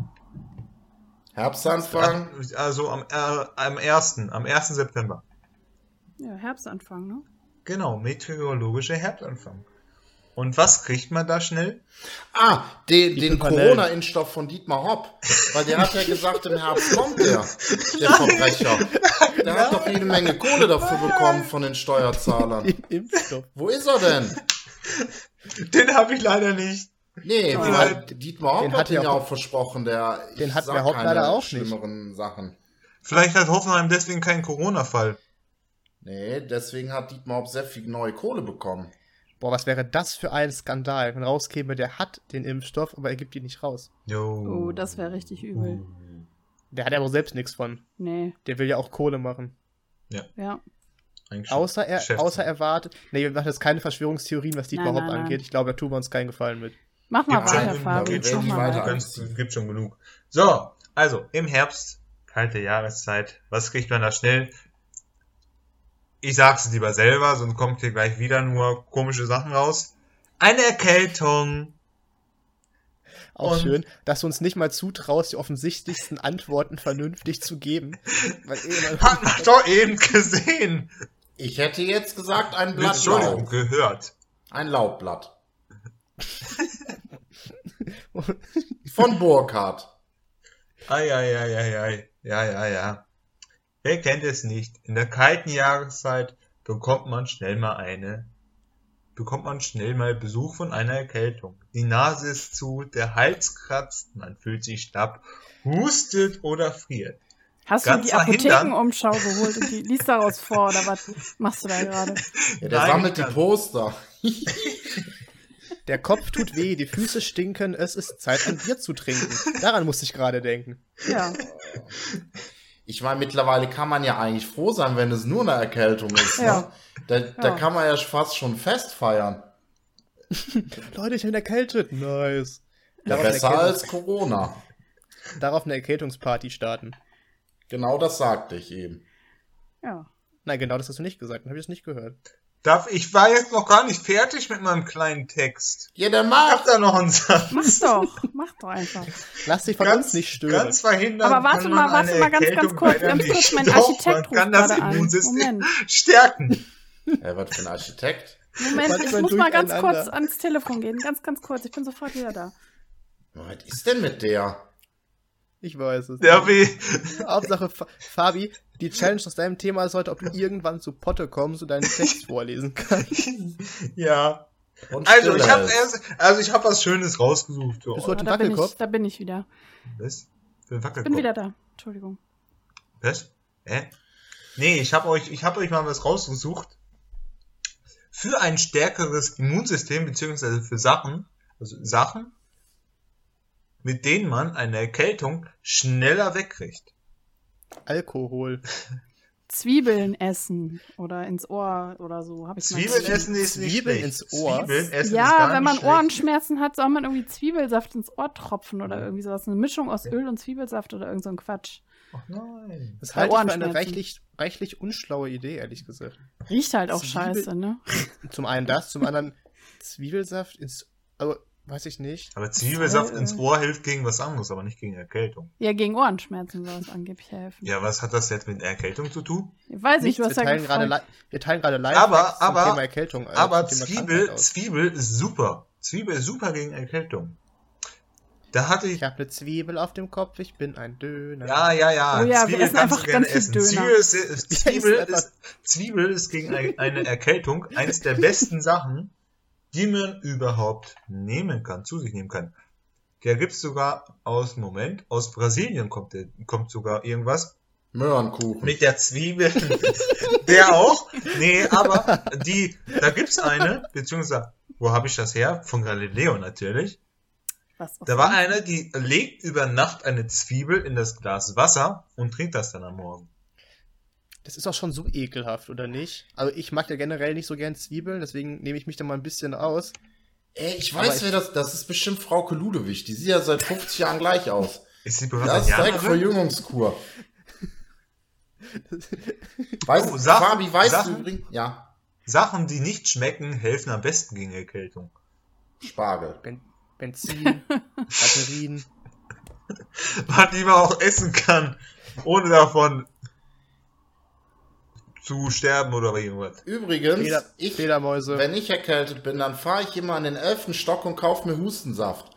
B: Herbstanfang.
C: Also am, äh, am 1., am 1. September.
D: Ja, Herbstanfang, ne?
C: Genau, meteorologischer Herbstanfang. Und was kriegt man da schnell?
B: Ah, den,
A: Die
B: den
A: Pimpernellen.
B: Corona-Impfstoff von Dietmar Hopp. Weil der hat ja gesagt, im Herbst kommt der. Der Verbrecher. Der hat doch jede Menge Kohle dafür bekommen von den Steuerzahlern.
A: Im Impfstoff.
B: Wo ist er denn?
C: Den habe ich leider nicht.
B: Nee,
A: Oh.
B: weil Dietmar Hopp
A: Den
B: hat
A: hat
B: ihn
A: ja
B: ja
A: Hopp-
B: auch versprochen, der ich
A: den hat
B: sag
A: der Hopp
B: keine
A: leider auch nicht.
B: schlimmeren Sachen.
C: Vielleicht hat Hoffenheim deswegen keinen Corona-Fall.
B: Nee, deswegen hat Dietmar Hopp sehr viel neue Kohle bekommen.
A: Boah, was wäre das für ein Skandal, wenn rauskäme, der hat den Impfstoff, aber er gibt ihn nicht raus.
C: Jo.
D: Oh, das wäre richtig übel.
A: Der hat ja aber selbst nichts von.
D: Nee,
A: Der will ja auch Kohle machen.
D: ja.
C: Eigentlich schon.
A: Außer er,
C: Geschäftsmann.
A: außer er wartet. Nee, wir machen jetzt keine Verschwörungstheorien, was Dietmar
D: Nein,
A: Hopp
D: nein, nein.
A: angeht. Ich glaube, da tun wir uns keinen Gefallen mit.
D: Mach mal
B: Nein,
D: weiter,
B: nein,
D: Fabi.
B: geht
D: Mach
B: schon
D: mal
B: weiter.
D: weiter.
C: Ganz- Gibt schon genug. So, also im Herbst, kalte Jahreszeit, was kriegt man da schnell? Ich sag's lieber selber, sonst kommt hier gleich wieder nur komische Sachen raus. Eine Erkältung.
A: Auch
C: Und-
A: schön, dass du uns nicht mal zutraust, die offensichtlichsten Antworten vernünftig zu geben. Weil eh immer-
C: Hat man doch eben gesehen.
B: Ich hätte jetzt gesagt, ein Blatt
C: Entschuldigung,
B: Laub.
C: gehört.
B: Ein Laubblatt. Von Burkhardt.
C: Ei, ei, ei, ei, ei. Ah, Ja, ja, ja. Wer kennt es nicht? In der kalten Jahreszeit bekommt man schnell mal eine, bekommt man schnell mal Besuch von einer Erkältung. Die Nase ist zu, der Hals kratzt, man fühlt sich schlapp, hustet oder friert.
D: Hast du
C: Ganz
D: die
C: verhindern.
D: Apothekenumschau geholt und die liest daraus vor oder was machst du da gerade?
B: Ja, der
C: Nein,
B: sammelt die
C: Richard.
B: Poster.
A: Der Kopf tut weh, die Füße stinken, es ist Zeit, ein Bier zu trinken. Daran musste ich gerade denken.
D: Ja,
B: Ich meine, mittlerweile kann man ja eigentlich froh sein, wenn es nur eine Erkältung ist.
D: Ja.
B: Ne? Da, da
D: Ja.
B: kann man ja fast schon fest feiern.
A: Leute, ich bin erkältet. Nice.
B: Ja,
A: Darauf eine
B: besser
A: Erkältungs-
B: als Corona.
A: Darauf eine Erkältungsparty starten.
B: Genau das sagte ich eben.
D: ja.
A: Nein, genau das hast du nicht gesagt. Dann habe ich es nicht gehört.
C: Darf, ich war jetzt noch gar nicht fertig mit meinem kleinen Text.
B: Jeder
C: Ich hab
B: macht.
C: da noch einen Satz.
D: Mach doch, mach doch einfach.
A: Lass dich von uns nicht stören.
C: Ganz verhindern.
D: Aber warte
C: kann
D: mal,
C: man
D: warte
C: eine
D: mal ganz, ganz
C: Erkältung
D: kurz.
C: leider
D: Ganz
C: nicht.
D: kurz, mein
C: Doch,
D: Architekt
C: man kann
D: ruft
C: das
D: gerade an.
C: Immunsystem
D: Moment,
C: stärken.
B: Er wird für ein Architekt.
A: Was
D: Moment, ich
A: für ein
D: muss mal ganz
A: Durcheinander.
D: kurz ans Telefon gehen. Ganz, ganz kurz. Ich bin sofort wieder da.
B: Was ist denn mit der?
A: ich weiß es.
C: Ja, wie,
A: Hauptsache, Fa- Fabi, die Challenge aus deinem Thema ist heute, ob du irgendwann zu Potte kommst und deinen Text vorlesen kannst.
C: ja.
B: Und
C: Also
B: Stille
C: ich habe
B: ist.
C: erst, also ich habe was Schönes rausgesucht für
A: Ist
C: euch.
A: heute
D: Da bin, ich,
A: Wackelkopf.
D: da bin ich wieder.
C: Was? Für ein
D: Bin
C: Wackelkopf.
D: wieder da. Entschuldigung.
C: Was? Hä? Nee, ich habe euch, ich habe euch mal was rausgesucht. Für ein stärkeres Immunsystem beziehungsweise für Sachen, also Sachen, mit denen man eine Erkältung schneller wegkriegt.
A: Alkohol.
D: Zwiebeln essen oder ins Ohr oder so. Hab ich mal
C: Zwiebeln
D: gesehen.
C: essen ist nicht
A: Zwiebeln
C: schlecht.
A: ins Ohr?
C: Zwiebeln essen ist gar
D: Ja, wenn man
C: nicht schlecht.
D: Ohrenschmerzen hat, soll man irgendwie Zwiebelsaft ins Ohr tropfen oder irgendwie sowas. Eine Mischung aus Öl und Zwiebelsaft oder irgend so ein Quatsch.
C: Ach nein.
A: Das
D: Bei
A: halte ich für eine
D: Ohrenschmerzen.
A: reichlich, reichlich unschlaue Idee, ehrlich gesagt.
D: Riecht halt auch
A: Zwiebel-
D: scheiße, ne?
A: Zum einen das, zum anderen Zwiebelsaft ins. Aber weiß ich nicht.
C: Aber Zwiebelsaft
D: Äh.
C: ins Ohr hilft gegen was anderes, aber nicht gegen Erkältung.
D: Ja, gegen Ohrenschmerzen soll es angeblich helfen.
C: Ja, was hat das jetzt mit Erkältung zu tun?
D: Weiß
A: Nichts,
D: ich, du
A: wir,
D: hast ja
A: teilen gerade
D: gefragt.
A: li- wir teilen gerade live
C: Aber- aber-
A: zum Thema Erkältung. äh,
C: Aber
A: zum Thema
C: Zwiebel,
A: Krankheit aus.
C: Zwiebel ist super. Zwiebel ist super gegen Erkältung. Da hatte ich.
A: Ich habe eine Zwiebel auf dem Kopf, ich bin ein Döner.
C: Ja, ja, ja.
D: Oh ja, wir
C: Zwiebel kannst
D: essen einfach
C: du gerne
D: ganz viel
C: essen.
D: Döner.
C: Zwiebel ist, ist, Zwiebel,
A: essen
C: ist, Zwiebel ist gegen ein- eine Erkältung eines der besten Sachen, die man überhaupt nehmen kann, zu sich nehmen kann. Der gibt's sogar aus, Moment, aus Brasilien kommt, der, kommt sogar irgendwas.
B: Möhrenkuchen.
C: Mit der Zwiebel. der auch? Nee, aber die, da gibt's eine, beziehungsweise, wo habe ich das her? Von Galileo natürlich.
D: Was auch
C: Da war
D: sonst.
C: eine, die legt über Nacht eine Zwiebel in das Glas Wasser und trinkt das dann am Morgen.
A: Das ist auch schon so ekelhaft, oder nicht? Also ich mag ja generell nicht so gern Zwiebeln, deswegen nehme ich mich da mal ein bisschen aus.
B: Ey, ich
A: Aber
B: weiß,
A: ich-
B: wer das Das ist bestimmt Frauke Ludewig. Die sieht ja seit 50 Jahren gleich aus.
C: Ist die
B: Das
C: Behörde
B: ist direkt
C: ja
B: Verjüngungskur. Weißt,
C: Oh,
B: du,
C: Sachen-
B: Fabi, weißt
C: Sachen-
B: du übrigens? Ja,
C: Sachen, die nicht schmecken, helfen am besten gegen Erkältung.
B: Spargel.
A: Ben Benzin, Batterien.
C: Was die man auch essen kann, ohne davon zu sterben oder irgendwas.
B: Übrigens,
A: Fleder
B: ich,
A: Fledermäuse.
B: wenn ich erkältet bin, dann fahre ich immer in den elften Stock und kaufe mir Hustensaft.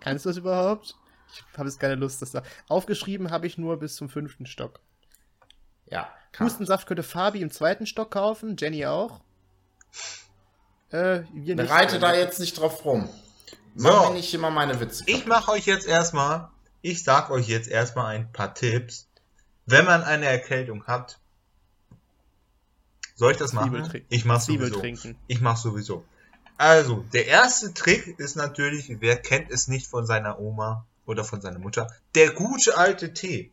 A: Kannst du das überhaupt? Ich habe jetzt keine Lust, das da. Aufgeschrieben habe ich nur bis zum fünften Stock.
B: Ja, kann.
A: Hustensaft könnte Fabi im zweiten Stock kaufen, Jenny auch. Äh, wir nicht.
B: Reite da jetzt nicht drauf rum.
C: So.
B: Mach mir nicht immer meine Witze.
C: Ich mache euch jetzt erstmal, ich sag euch jetzt erstmal ein paar Tipps. Wenn man eine Erkältung hat, soll ich das
A: Zwiebel
C: machen?
A: trin-
C: Ich mach's
A: Zwiebel
C: sowieso.
A: trinken.
C: Ich mach's sowieso. Also, der erste Trick ist natürlich, wer kennt es nicht von seiner Oma oder von seiner Mutter, der gute alte Tee.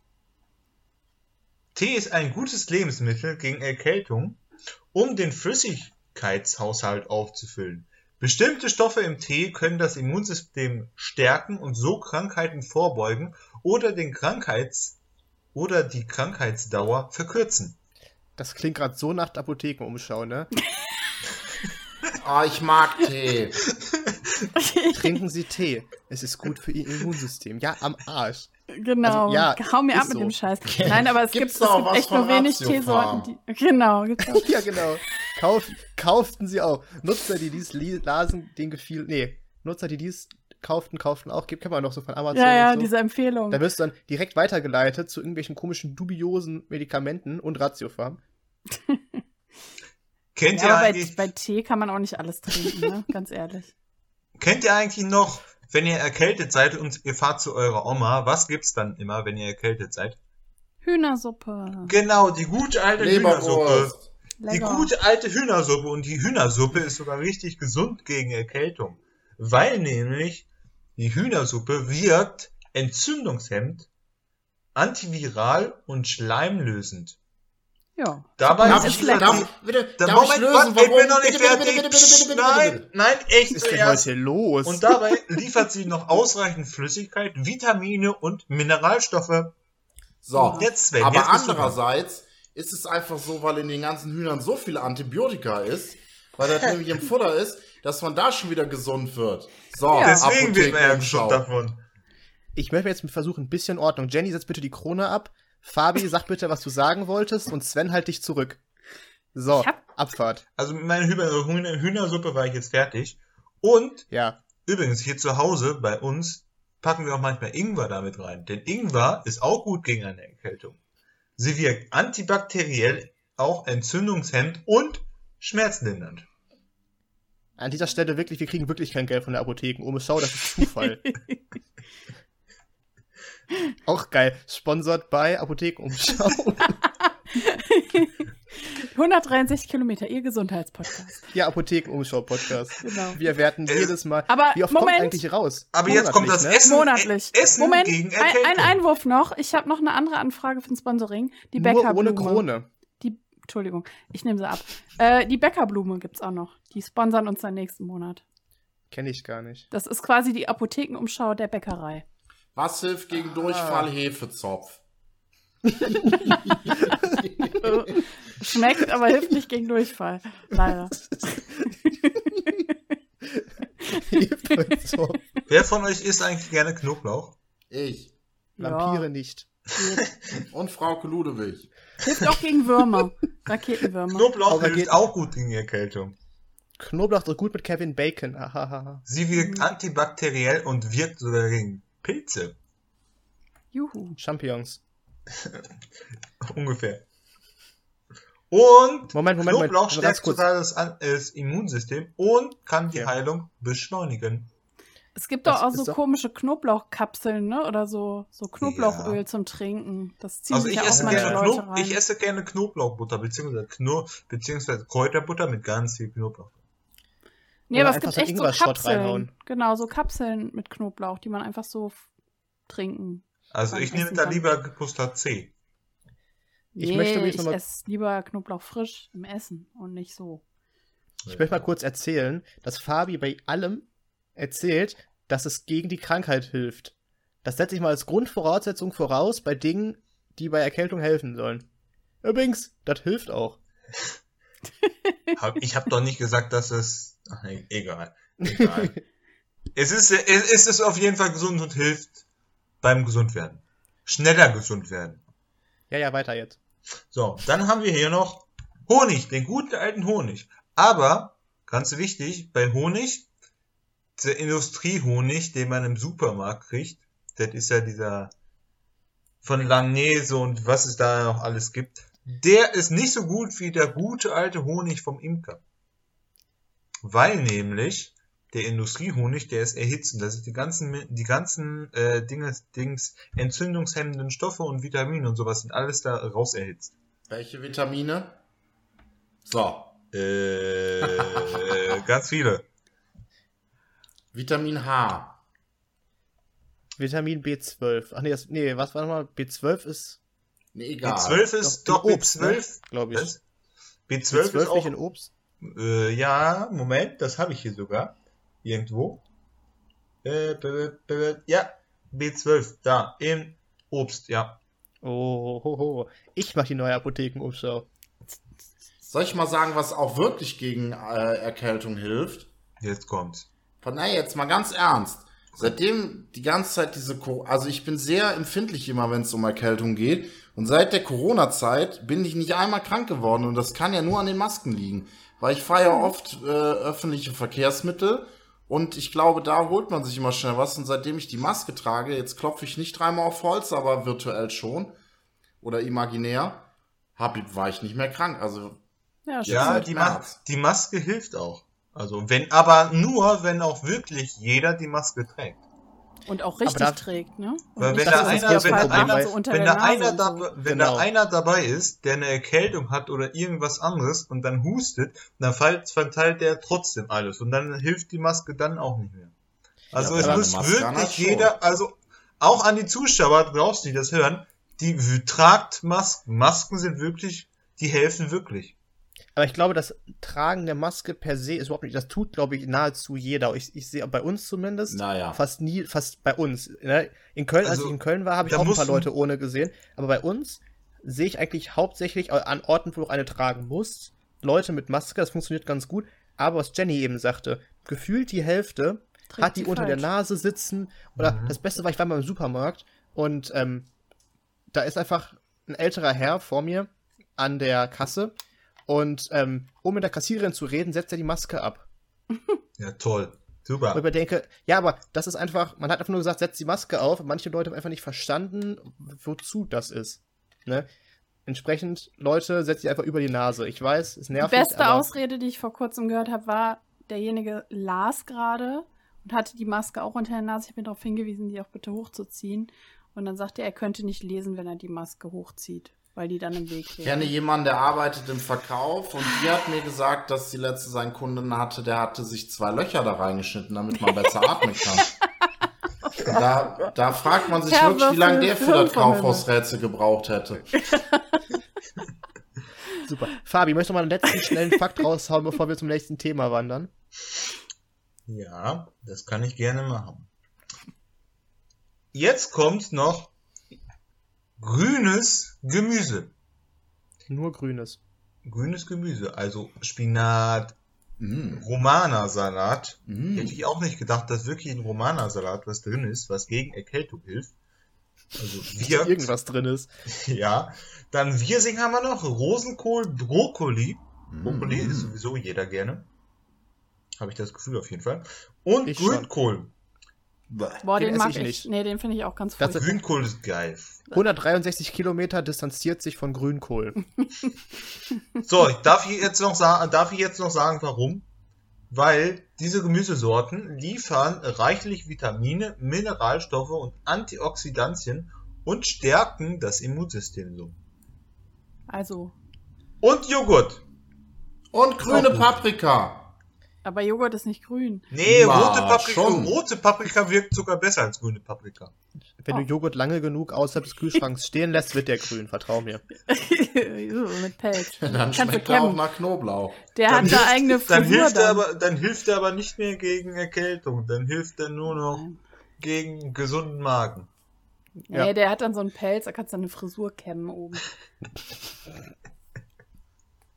C: Tee ist ein gutes Lebensmittel gegen Erkältung, um den Flüssigkeitshaushalt aufzufüllen. Bestimmte Stoffe im Tee können das Immunsystem stärken und so Krankheiten vorbeugen oder den Krankheits- oder die Krankheitsdauer verkürzen.
A: Das klingt gerade so nach der Apothekenumschau, ne?
B: Ah, ich mag Tee.
A: Trinken Sie Tee. Es ist gut für Ihr Immunsystem. Ja, am Arsch.
D: Genau.
A: Also, ja,
D: Hau mir
A: ist
D: ab mit
A: so.
D: dem Scheiß. Nein, aber es gibt,
B: Gibt's
D: es
B: da auch
D: gibt
B: was
D: echt nur
B: von
D: wenig
B: Ratiofarm?
D: Teesorten. Die, genau. Gibt's auch.
A: Ja, genau. Kauf, kauften Sie auch. Nutzer, die dies li- lasen, denen gefiel. Nee, Nutzer, die dies kauften, kauften auch. Gibt, kennt man noch so von Amazon.
D: ja, ja,
A: und Also so.
D: diese Empfehlung.
A: Da wirst du dann direkt weitergeleitet zu irgendwelchen komischen, dubiosen Medikamenten und Ratiofarm.
C: Kennt ihr
D: Ja, aber bei,
C: eigentlich
D: bei Tee kann man auch nicht alles trinken, ne? ganz ehrlich.
C: Kennt ihr eigentlich noch, wenn ihr erkältet seid und ihr fahrt zu eurer Oma, was gibt's dann immer, wenn ihr erkältet seid?
D: Hühnersuppe.
C: Genau, die gute alte Hühnersuppe.
B: Leberwurst.
C: Die
D: Lecker.
C: gute alte Hühnersuppe und die Hühnersuppe ist sogar richtig gesund gegen Erkältung, weil nämlich die Hühnersuppe wirkt entzündungshemmend, antiviral und schleimlösend.
D: Ja.
C: Dabei
D: Das
B: Darf
D: ist
B: ich,
D: lecker.
B: darf, bitte,
C: Da-
B: darf ich
C: äh, Moment,
B: lösen,
C: warte, ich
B: warum?
C: bin noch nicht
B: Bitte, bitte,
C: fertig.
B: bitte, bitte, bitte, bitte, bitte, bitte.
C: Nein, nein, echt
A: Was ist denn
C: zuerst.
A: heute los?
C: Und dabei liefert sie noch ausreichend Flüssigkeit, Vitamine und Mineralstoffe.
B: So,
C: Jetzt, Sven,
B: aber
C: jetzt bist du
B: andererseits ist es einfach so, weil in den ganzen Hühnern so viel Antibiotika ist, weil das nämlich im Futter ist, dass man da schon wieder gesund wird. So,
D: Ja.
C: Deswegen wird man ja
B: Apothekenumschau.
C: gesund davon.
A: Ich möchte jetzt versuchen, ein bisschen Ordnung. Jenny, setz bitte die Krone ab. Fabi, sag bitte, was du sagen wolltest. Und Sven, halt dich zurück. So,
D: Ich hab-
A: Abfahrt.
C: Also mit meiner Hühner Hühner Hühnersuppe war ich jetzt fertig. Und
A: Ja.
C: übrigens, hier zu Hause bei uns packen wir auch manchmal Ingwer damit rein. Denn Ingwer ist auch gut gegen eine Erkältung. Sie wirkt antibakteriell, auch entzündungshemmend und schmerzlindernd.
A: An dieser Stelle wirklich, wir kriegen wirklich kein Geld von der Apotheken. Ohne Schau, das ist Zufall. Auch geil. Sponsored um bei Apothekenumschau.
D: 163 Kilometer, ihr Gesundheitspodcast.
A: ja, Apothekenumschau-Podcast.
D: Genau.
A: Wir werten
C: Äh,
A: jedes Mal.
D: aber
A: Wie oft
D: Moment.
A: kommt eigentlich raus? ne?
C: Aber jetzt kommt das
A: Monatlich,
C: Essen,
D: Monatlich.
C: Ä- Essen
D: Moment,
C: gegen
D: ein,
C: Erkältung.
D: ein Einwurf noch. Ich habe noch eine andere Anfrage für ein Sponsoring. Die
A: Nur
D: Bäckerblume.
A: ohne Krone.
D: Die, Entschuldigung, ich nehme sie ab. Äh, die Bäckerblume gibt's auch noch. Die sponsern uns dann nächsten Monat.
A: Kenne ich gar nicht.
D: Das ist quasi die Apothekenumschau der Bäckerei.
B: Was hilft
C: Ah.
B: gegen Durchfall? Hefezopf.
D: Schmeckt, aber hilft nicht gegen Durchfall. Leider.
A: so.
C: Wer von euch isst eigentlich gerne Knoblauch?
B: Ich
A: Vampire nicht.
D: Ja, geht.
B: und Frauke Ludewig.
D: hilft auch gegen Würmer. Raketenwürmer.
C: Knoblauch
A: Aber
C: hilft
A: geht-
C: auch gut gegen Erkältung.
A: Knoblauch so gut mit Kevin Bacon. Ahaha.
C: Sie
D: Mhm.
C: wirkt antibakteriell und wirkt sogar gegen Pilze.
D: Juhu.
A: Champignons.
C: Ungefähr.
A: Moment,
C: Und
A: Moment, Moment.
C: Knoblauch
A: Also ganz
C: stärkt
A: kurz.
C: sogar das, An- äh, das Immunsystem und kann die
A: Ja.
C: Heilung beschleunigen.
D: Es gibt
A: Das
D: doch auch
A: ist
D: so
A: doch-
D: komische Knoblauchkapseln, ne? Oder so, so Knoblauchöl zum Trinken. Das ziehen
C: Also
D: sich
C: ich
D: ja auch
C: esse,
D: manche
C: gerne
D: Leute
C: Knob-
D: rein.
C: ich esse gerne Knoblauchbutter beziehungsweise, Knur beziehungsweise Kräuterbutter mit ganz viel Knoblauch.
D: nee, aber
A: Oder
D: es gibt
A: einfach so
D: echt so
A: Ingwer-Shot
D: Kapseln.
A: reinhauen.
D: Genau, so Kapseln mit Knoblauch, die man einfach so f- trinken.
C: Also
D: Dann
C: ich nehme
D: essen
C: da
D: dann.
C: lieber Gepustat C.
A: Ich möchte mich
D: ich
A: nochmal-
D: esse lieber Knoblauch frisch im Essen und nicht so.
A: Ich möchte mal kurz erzählen, dass Fabi bei allem erzählt, dass es gegen die Krankheit hilft. Das setze ich mal als Grundvoraussetzung voraus bei Dingen, die bei Erkältung helfen sollen. Übrigens, das hilft auch.
C: Hab, ich habe doch nicht gesagt, dass es. Ach, e- egal. egal. es, ist, es ist es auf jeden Fall gesund und hilft beim Gesundwerden. Schneller gesund werden.
A: Ja, ja, weiter jetzt.
C: So, dann haben wir hier noch Honig, den guten alten Honig. Aber, ganz wichtig, bei Honig, der Industriehonig, den man im Supermarkt kriegt, das ist ja dieser von Langnese und was es da noch alles gibt, der ist nicht so gut wie der gute alte Honig vom Imker. Weil nämlich der Industriehonig, der ist erhitzend. Da sind die ganzen, die ganzen äh, Dinges, Dings, entzündungshemmenden Stoffe und Vitamine und sowas sind alles da raus erhitzt.
B: Welche Vitamine? So,
C: Äh, ganz viele.
B: Vitamin H.
A: Vitamin B12. Ach nee, das, nee was war nochmal? B12 ist,
B: Nee, egal.
C: B12 ist
A: Doch,
C: doch
A: in Obst, ne?
C: B12.
A: glaube ich.
C: Was? B12, ist
A: nicht
C: auch.
A: in Obst?
C: Äh, ja, Moment, das habe ich hier sogar. Irgendwo. Äh, b, b, b, ja, B12, da, im Obst, ja.
A: Oh, ho, ho. ich mache die neue Apothekenumschau.
B: Soll ich mal sagen, was auch wirklich gegen äh, Erkältung hilft?
C: Jetzt kommt's.
B: Von daher jetzt mal ganz ernst. Seitdem die ganze Zeit diese, Co- also ich bin sehr empfindlich immer, wenn es um Erkältung geht. Und seit der Corona-Zeit bin ich nicht einmal krank geworden. Und das kann ja nur an den Masken liegen. Weil ich fahre ja oft äh, öffentliche Verkehrsmittel. Und ich glaube, da holt man sich immer schnell was. Und seitdem ich die Maske trage, jetzt klopfe ich nicht dreimal auf Holz, aber virtuell schon. Oder imaginär. Hab, war ich nicht mehr krank. Also
D: Ja, stimmt.
C: Ja,
B: seit
C: die,
B: März.
C: Mas die Maske hilft auch. Also, wenn, aber nur, wenn auch wirklich jeder die Maske trägt.
D: Und auch richtig
A: da-
D: trägt, ne? Und
C: Weil
D: nicht,
C: wenn
D: dass
C: da
D: es
C: einer-
D: auf
C: wenn da
D: halb
C: einer-
D: Abend so unter
C: Wenn,
D: der
C: da
D: Nase
C: einer,
D: und
C: da,
D: so.
C: wenn
A: Genau.
C: da einer dabei ist, der eine Erkältung hat oder irgendwas anderes und dann hustet, dann ver- verteilt der trotzdem alles und dann hilft die Maske dann auch nicht mehr. Also
B: Ja,
C: es
B: aber eine
C: muss
B: Maske an hat
C: wirklich
B: schon.
C: jeder, also auch an die Zuschauer draußen, die das hören, die w- tragt Masken. Masken sind wirklich, die helfen wirklich.
A: Aber ich glaube, das Tragen der Maske per se ist überhaupt nicht, das tut, glaube ich, nahezu jeder. Ich, ich sehe bei uns zumindest
B: Naja.
A: fast nie, fast bei uns. Ne? In Köln, als
C: Also,
A: ich in Köln war, habe ich
C: da
A: auch ein paar
C: mussten-
A: Leute ohne gesehen. Aber bei uns sehe ich eigentlich hauptsächlich an Orten, wo du eine tragen musst, Leute mit Maske, das funktioniert ganz gut. Aber was Jenny eben sagte, gefühlt die Hälfte
D: trägt
A: hat die, unter der
D: falsch.
A: Nase sitzen. Oder
C: Mhm.
A: das Beste war, ich war mal im Supermarkt und ähm, da ist einfach ein älterer Herr vor mir an der Kasse und ähm, um mit der Kassiererin zu reden, setzt er die Maske ab.
C: Ja, toll.
A: Und ich
C: Super.
A: mir denke, ja, aber das ist einfach, man hat einfach nur gesagt, setzt die Maske auf. Und manche Leute haben einfach nicht verstanden, wozu das ist. Ne? Entsprechend, Leute, setzt die einfach über die Nase. Ich weiß, es nervt.
D: die beste
A: aber
D: Ausrede, die ich vor kurzem gehört habe, war, derjenige las gerade und hatte die Maske auch unter der Nase. Ich habe ihn darauf hingewiesen, die auch bitte hochzuziehen. Und dann sagte er, er könnte nicht lesen, wenn er die Maske hochzieht, weil die dann im Weg
B: Ich
D: wäre.
B: kenne jemanden, der arbeitet im Verkauf und die hat mir gesagt, dass sie letztens einen Kunden hatte, der hatte sich zwei Löcher da reingeschnitten, damit man besser atmen kann. Da, da fragt man sich
D: Verwürfel-
B: wirklich, wie lange der für das
D: Hirnverhöhne.
B: Kaufhausrätsel gebraucht hätte.
A: Super. Fabi, möchtest du mal einen letzten schnellen Fakt raushauen, bevor wir zum nächsten Thema wandern?
C: Ja, das kann ich gerne machen. Jetzt kommt noch grünes Gemüse.
A: Nur Grünes.
C: Grünes Gemüse, also Spinat,
B: Mm,
C: Romana-Salat.
B: mm.
C: Hätte ich auch nicht gedacht, dass wirklich ein Romana-Salat was drin ist, was gegen Erkältung hilft. Also wirkt.
A: Irgendwas drin ist.
C: Ja. Dann Wirsing haben wir noch. Rosenkohl, Brokkoli. Brokkoli
B: Mm.
C: ist sowieso jeder gerne. Habe ich das Gefühl auf jeden Fall. Und
A: Ich
C: Grünkohl.
B: Bäh.
D: Boah,
A: Den
D: den,
A: esse
D: mag
A: ich
D: ich.
A: nicht.
D: Nee, den finde ich auch ganz
A: Das
D: furchtbar.
C: Grünkohl ist geil.
A: 163 Kilometer distanziert sich von Grünkohl.
C: So, ich darf ich jetzt noch sagen, darf ich jetzt noch sagen, warum? Weil diese Gemüsesorten liefern reichlich Vitamine, Mineralstoffe und Antioxidantien und stärken das Immunsystem so.
D: Also,
C: Und Joghurt.
B: Und grüne
A: Auch gut.
B: Paprika.
D: Aber Joghurt ist nicht grün.
C: Nee,
B: Na,
C: rote, Paprika,
B: schon.
C: rote Paprika wirkt sogar besser als grüne Paprika.
D: Oh.
A: Wenn du Joghurt lange genug außerhalb des Kühlschranks stehen lässt, wird der grün, vertrau mir.
D: Mit Pelz.
B: Dann
D: Kannst du
B: schmeckt er auch
D: kämmen.
B: nach Knoblauch.
D: Der hat eine eigene Frisur.
C: dann hilft er
D: dann.
C: aber, dann hilft er aber nicht mehr gegen Erkältung. Dann hilft er nur noch gegen gesunden Magen.
D: Nee,
A: Ja.
D: der hat dann so einen Pelz, da kannst du eine Frisur kämmen oben.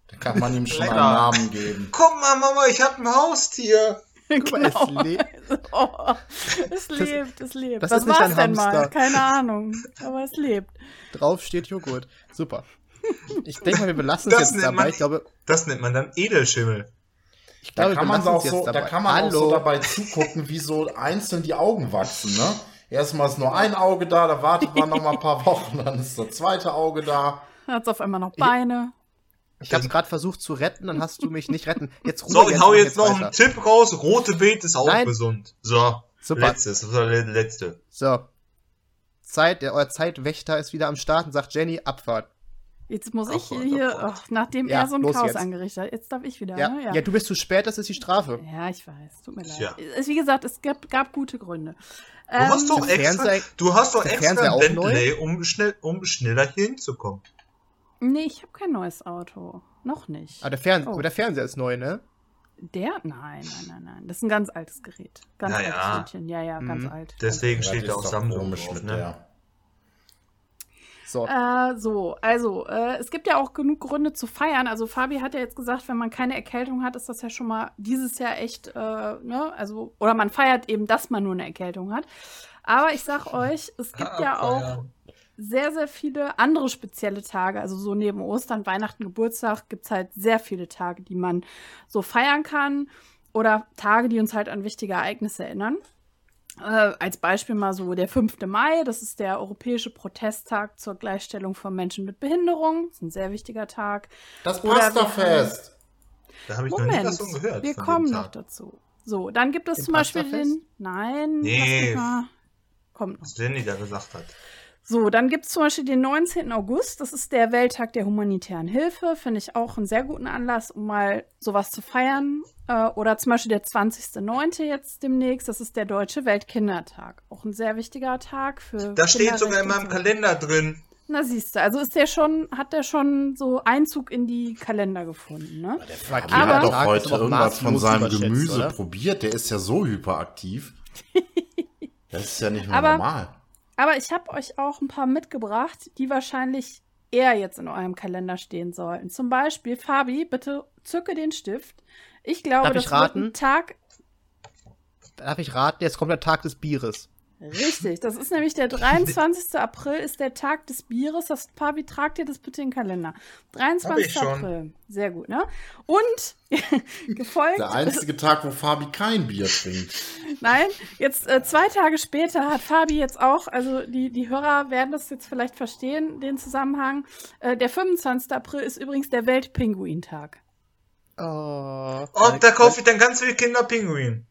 B: Da kann man ihm schon einen
C: Lecker.
B: Namen geben.
C: Komm mal, Mama, ich hab ein Haustier.
A: Guck mal, es lebt.
D: Oh, es lebt, es lebt.
A: das
D: Was
A: ist nicht
D: war's
A: ein
D: denn mal?
A: Hamster.
D: Keine Ahnung, aber es lebt.
A: Drauf steht Joghurt. Super. Ich denke mal, wir belassen es
C: Das
A: jetzt
C: nennt man-
A: dabei. Ich glaube,
C: Das nennt man dann Edelschimmel.
A: ich
B: Da
A: glaube,
B: kann
A: wir
B: man,
A: belassen
B: auch
A: es jetzt
B: so,
A: dabei.
B: da kann man auch
A: Hallo.
B: so dabei zugucken, wie so einzeln die Augen wachsen, ne? Erstmal ist nur ein Auge da, da wartet man noch mal ein paar Wochen, dann ist das zweite Auge da.
D: Dann hat's auf einmal noch Beine.
A: Ich habe gerade versucht zu retten, dann hast du mich nicht retten. Jetzt Ruhe,
C: So, ich hau
A: mach
C: jetzt noch einen
A: weiter.
C: Tipp raus. Rote Beet ist auch
A: Nein.
C: gesund. So,
A: Super.
C: letztes. Das war der letzte.
A: So. Zeit, der, euer Zeitwächter ist wieder am Start und sagt, Jenny, Abfahrt.
D: Jetzt muss ich
C: Ach, Gott,
D: hier,
C: oh Gott.
D: ach, nachdem
A: Ja,
D: er so ein
A: los
D: Chaos
A: jetzt.
D: angerichtet hat, jetzt darf ich wieder.
A: Ja.
D: ne?
A: Ja. du bist zu spät, das ist die Strafe.
D: Ja, ich weiß. Tut mir leid.
C: Tja.
D: Es, wie gesagt, es gab, gab gute Gründe. Ähm,
C: Du hast doch
A: der
C: extra,
A: Fernseher-
C: du hast doch
A: der
C: extra
A: Fernseher
C: ein
A: auch
C: Bentley, um, schnell, um schneller hier hinzukommen.
D: nee, ich habe kein neues Auto. Noch nicht.
A: Aber ah, der, Fernse
D: Oh.
A: aber der Fernseher ist neu, ne?
D: Der? Nein, nein, nein, nein. Das ist ein ganz altes Gerät. Ganz
C: Naja.
D: altes Mädchen. Ja, ja, ganz
A: Mhm.
D: alt.
C: Deswegen
B: Das
C: steht
B: ist
C: da auch
B: doch
C: Samsung
B: komisch
C: drauf.
B: mit
C: Ne?
B: der.
A: So.
D: Äh, so, also, äh, es gibt ja auch genug Gründe zu feiern. Also, Fabi hat ja jetzt gesagt, wenn man keine Erkältung hat, ist das ja schon mal dieses Jahr echt, äh, ne? Also, oder man feiert eben, dass man nur eine Erkältung hat. Aber ich sag euch, es gibt
C: Ah,
D: ja auch
C: Feiern.
D: sehr, sehr viele andere spezielle Tage. Also so neben Ostern, Weihnachten, Geburtstag gibt es halt sehr viele Tage, die man so feiern kann oder Tage, die uns halt an wichtige Ereignisse erinnern. Äh, als Beispiel mal so der 5. Mai, das ist der europäische Protesttag zur Gleichstellung von Menschen mit Behinderung. Das ist ein sehr wichtiger Tag.
B: Das
D: Oder wir
B: Pastafest.
C: Da habe ich noch nie
D: Moment,
C: was von gehört.
D: wir
C: von dem
D: kommen
C: Tag.
D: noch dazu. So, dann gibt es
A: Den
D: zum Beispiel
A: Pastafest?
D: den... Nein,
C: Nee.
D: lass mich mal. Kommt noch.
C: Was Jenny da gesagt hat.
D: So, dann gibt es zum Beispiel den 19. August. Das ist der Welttag der humanitären Hilfe. Finde ich auch einen sehr guten Anlass, um mal sowas zu feiern. Äh, oder zum Beispiel der 20.09. jetzt demnächst. Das ist der Deutsche Weltkindertag. Auch ein sehr wichtiger Tag für.
C: Da steht sogar in
D: Kinderrechte
C: meinem
D: und so.
C: Kalender drin.
D: Na, siehst du, also ist der schon, hat der schon so Einzug in die Kalender gefunden, ne?
B: Der
A: Fabi
D: Aber-
B: hat doch
A: Tag ist
B: heute
A: aber auch
B: irgendwas von
A: maßlos
B: seinem
A: überschätzt,
B: Gemüse
A: oder?
B: probiert. Der ist ja so hyperaktiv. Das ist ja nicht mehr
D: Aber-
B: normal.
D: Aber ich habe euch auch ein paar mitgebracht, die wahrscheinlich eher jetzt in eurem Kalender stehen sollten. Zum Beispiel, Fabi, bitte zücke den Stift. Ich
A: Darf
D: glaube, das
A: ich
D: wird ein
A: raten?
D: Tag.
A: Darf ich raten, jetzt kommt der Tag des Bieres.
D: Richtig, das ist nämlich der 23. April, ist der Tag des Bieres. Das, Fabi, trag dir das bitte in den Kalender. 23.
C: schon.
D: April. Sehr gut, ne? Und gefolgt.
B: Der einzige Tag, wo Fabi kein Bier trinkt.
D: Nein, jetzt äh, zwei Tage später hat Fabi jetzt auch, also die, die Hörer werden das jetzt vielleicht verstehen, den Zusammenhang. Äh, der 25. April ist übrigens der Weltpinguintag.
A: Oh,
C: Oh, da kaufe ich dann ganz viel Kinderpinguin.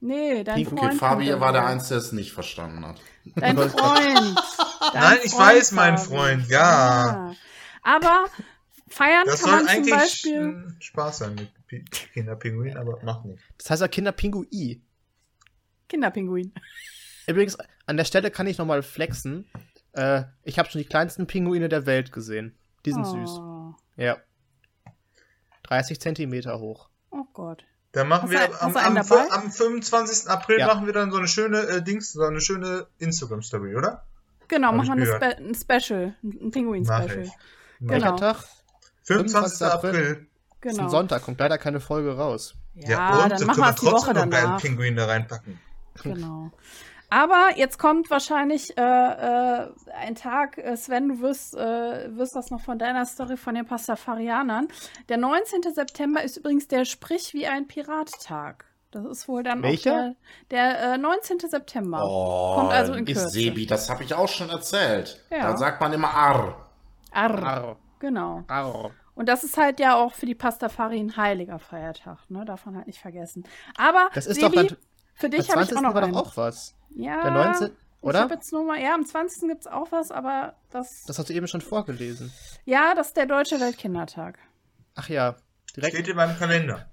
D: Nee, dein
A: Pingu-
D: Freund.
B: Okay, Fabi
D: kommt
B: war der
D: wieder.
B: Einzige, der es nicht verstanden hat.
D: Dein Freund. Dein
C: Nein, ich weiß, mein
D: Fabi.
C: Freund, ja.
D: Ja. Aber feiern
C: Das
D: kann
C: soll
D: man zum
C: eigentlich
D: Beispiel.
C: sch- Spaß sein mit Pi- Kinderpinguin, aber macht nicht.
A: Das heißt ja Kinderpingui.
D: Kinderpinguin.
A: Übrigens, an der Stelle kann ich nochmal flexen. Äh, ich habe schon die kleinsten Pinguine der Welt gesehen. Die sind süß.
D: Oh.
A: Ja. 30 Zentimeter hoch.
D: oh Gott.
C: Da machen
D: Hast
C: wir
D: du ein- hast
C: am,
D: du einen
C: am,
D: dabei?
C: am 25. April
A: Ja.
C: machen wir dann so eine schöne äh, Dings, so eine schöne Instagram-Story, oder?
D: Genau,
C: Hab
D: machen
C: ich
D: wir eine
C: gehört.
D: Spe ein Special. Ein
C: Mach ich.
D: Pinguin-Special.
C: Mach ich.
D: Genau.
A: Welcher Tag?
C: 25.
A: 25.
C: April.
A: Ist ein
D: Genau.
A: Sonntag, kommt leider keine Folge raus.
D: Ja, dann machen wir es die Woche
C: noch einen geilen
D: danach.
C: Pinguin da reinpacken.
D: Genau. Aber jetzt kommt wahrscheinlich äh, äh, ein Tag, äh, Sven, du wirst, äh, wirst das noch von deiner Story von den Pastafarianern. Der 19. September ist übrigens der Sprich wie ein Pirat-Tag. Das ist wohl dann
A: Welcher?
D: auch der, der äh, 19. September.
B: Oh,
D: Kommt also in
B: ist
D: Kürze.
B: Sebi, das habe ich auch schon erzählt.
D: Ja.
B: Da sagt man immer Arr.
D: Arr,
A: Arr,
D: Genau.
A: arr.
D: Und das ist halt ja auch für die Pastafari ein heiliger Feiertag, ne? Darf man halt nicht vergessen. Aber
A: Das ist
D: Sebi,
A: doch dann.
D: für
A: Der
D: dich habe ich
A: 20.
D: auch noch
A: war
D: einen.
A: doch auch was.
D: Ja,
A: Der 19.
D: Ich
A: Oder?
D: hab jetzt nur mal, ja, am 20. gibt es auch was, aber das
A: Das hast du eben schon vorgelesen.
D: Ja, das ist der Deutsche Weltkindertag.
A: Ach ja,
C: Steht
A: direkt.
C: in meinem Kalender.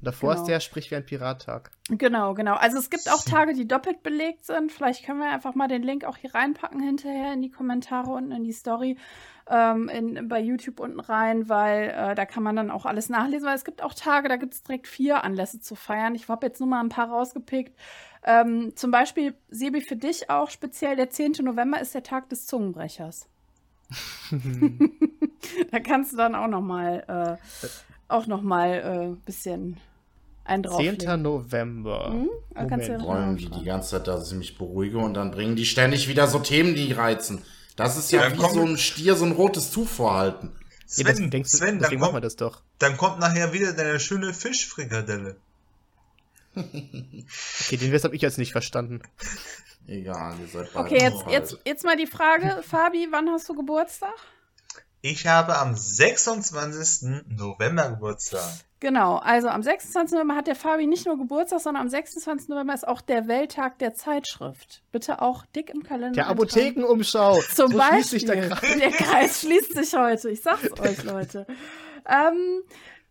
A: Und davor
D: Genau.
A: ist der Sprich wie ein Pirattag.
D: Genau, genau. Also es gibt auch Tage, die doppelt belegt sind. Vielleicht können wir einfach mal den Link auch hier reinpacken hinterher in die Kommentare unten in die Story ähm, in, bei YouTube unten rein, weil äh, da kann man dann auch alles nachlesen. Weil es gibt auch Tage, da gibt es direkt vier Anlässe zu feiern. Ich habe jetzt nur mal ein paar rausgepickt. Ähm, zum Beispiel, Sebi, für dich auch speziell der 10. November ist der Tag des Zungenbrechers. da kannst du dann auch noch mal, äh, auch noch mal äh, ein bisschen einen
A: 10. November.
D: Mhm, da kannst
A: Moment.
D: du ja-
B: Träumen die die ganze Zeit, dass ich mich beruhige und dann bringen die ständig wieder so Themen, die reizen. Das ist ja,
C: Ja,
B: wie
C: komm.
B: so ein Stier, so ein rotes Tuch vorhalten.
A: Ja,
C: Sven,
A: das, denkst du,
C: Sven dann,
A: deswegen machen wir
C: kommt,
A: das doch.
C: dann kommt nachher wieder deine schöne Fischfrikadelle.
A: Okay, den Witz habe ich jetzt nicht verstanden.
B: Egal, ihr seid beide
D: Okay, jetzt,
B: falsch.
D: jetzt, jetzt mal die Frage, Fabi, wann hast du Geburtstag?
C: Ich habe am 26. November Geburtstag.
D: Genau, also am 26. November hat der Fabi nicht nur Geburtstag, sondern am 26. November ist auch der Welttag der Zeitschrift. Bitte auch dick im Kalender.
A: Der
D: eintragen.
A: Apothekenumschau.
D: Zum
A: So schließt
D: Beispiel.
A: sich der Kreis.
D: der Kreis schließt sich heute. Ich sag's euch, Leute. Ähm,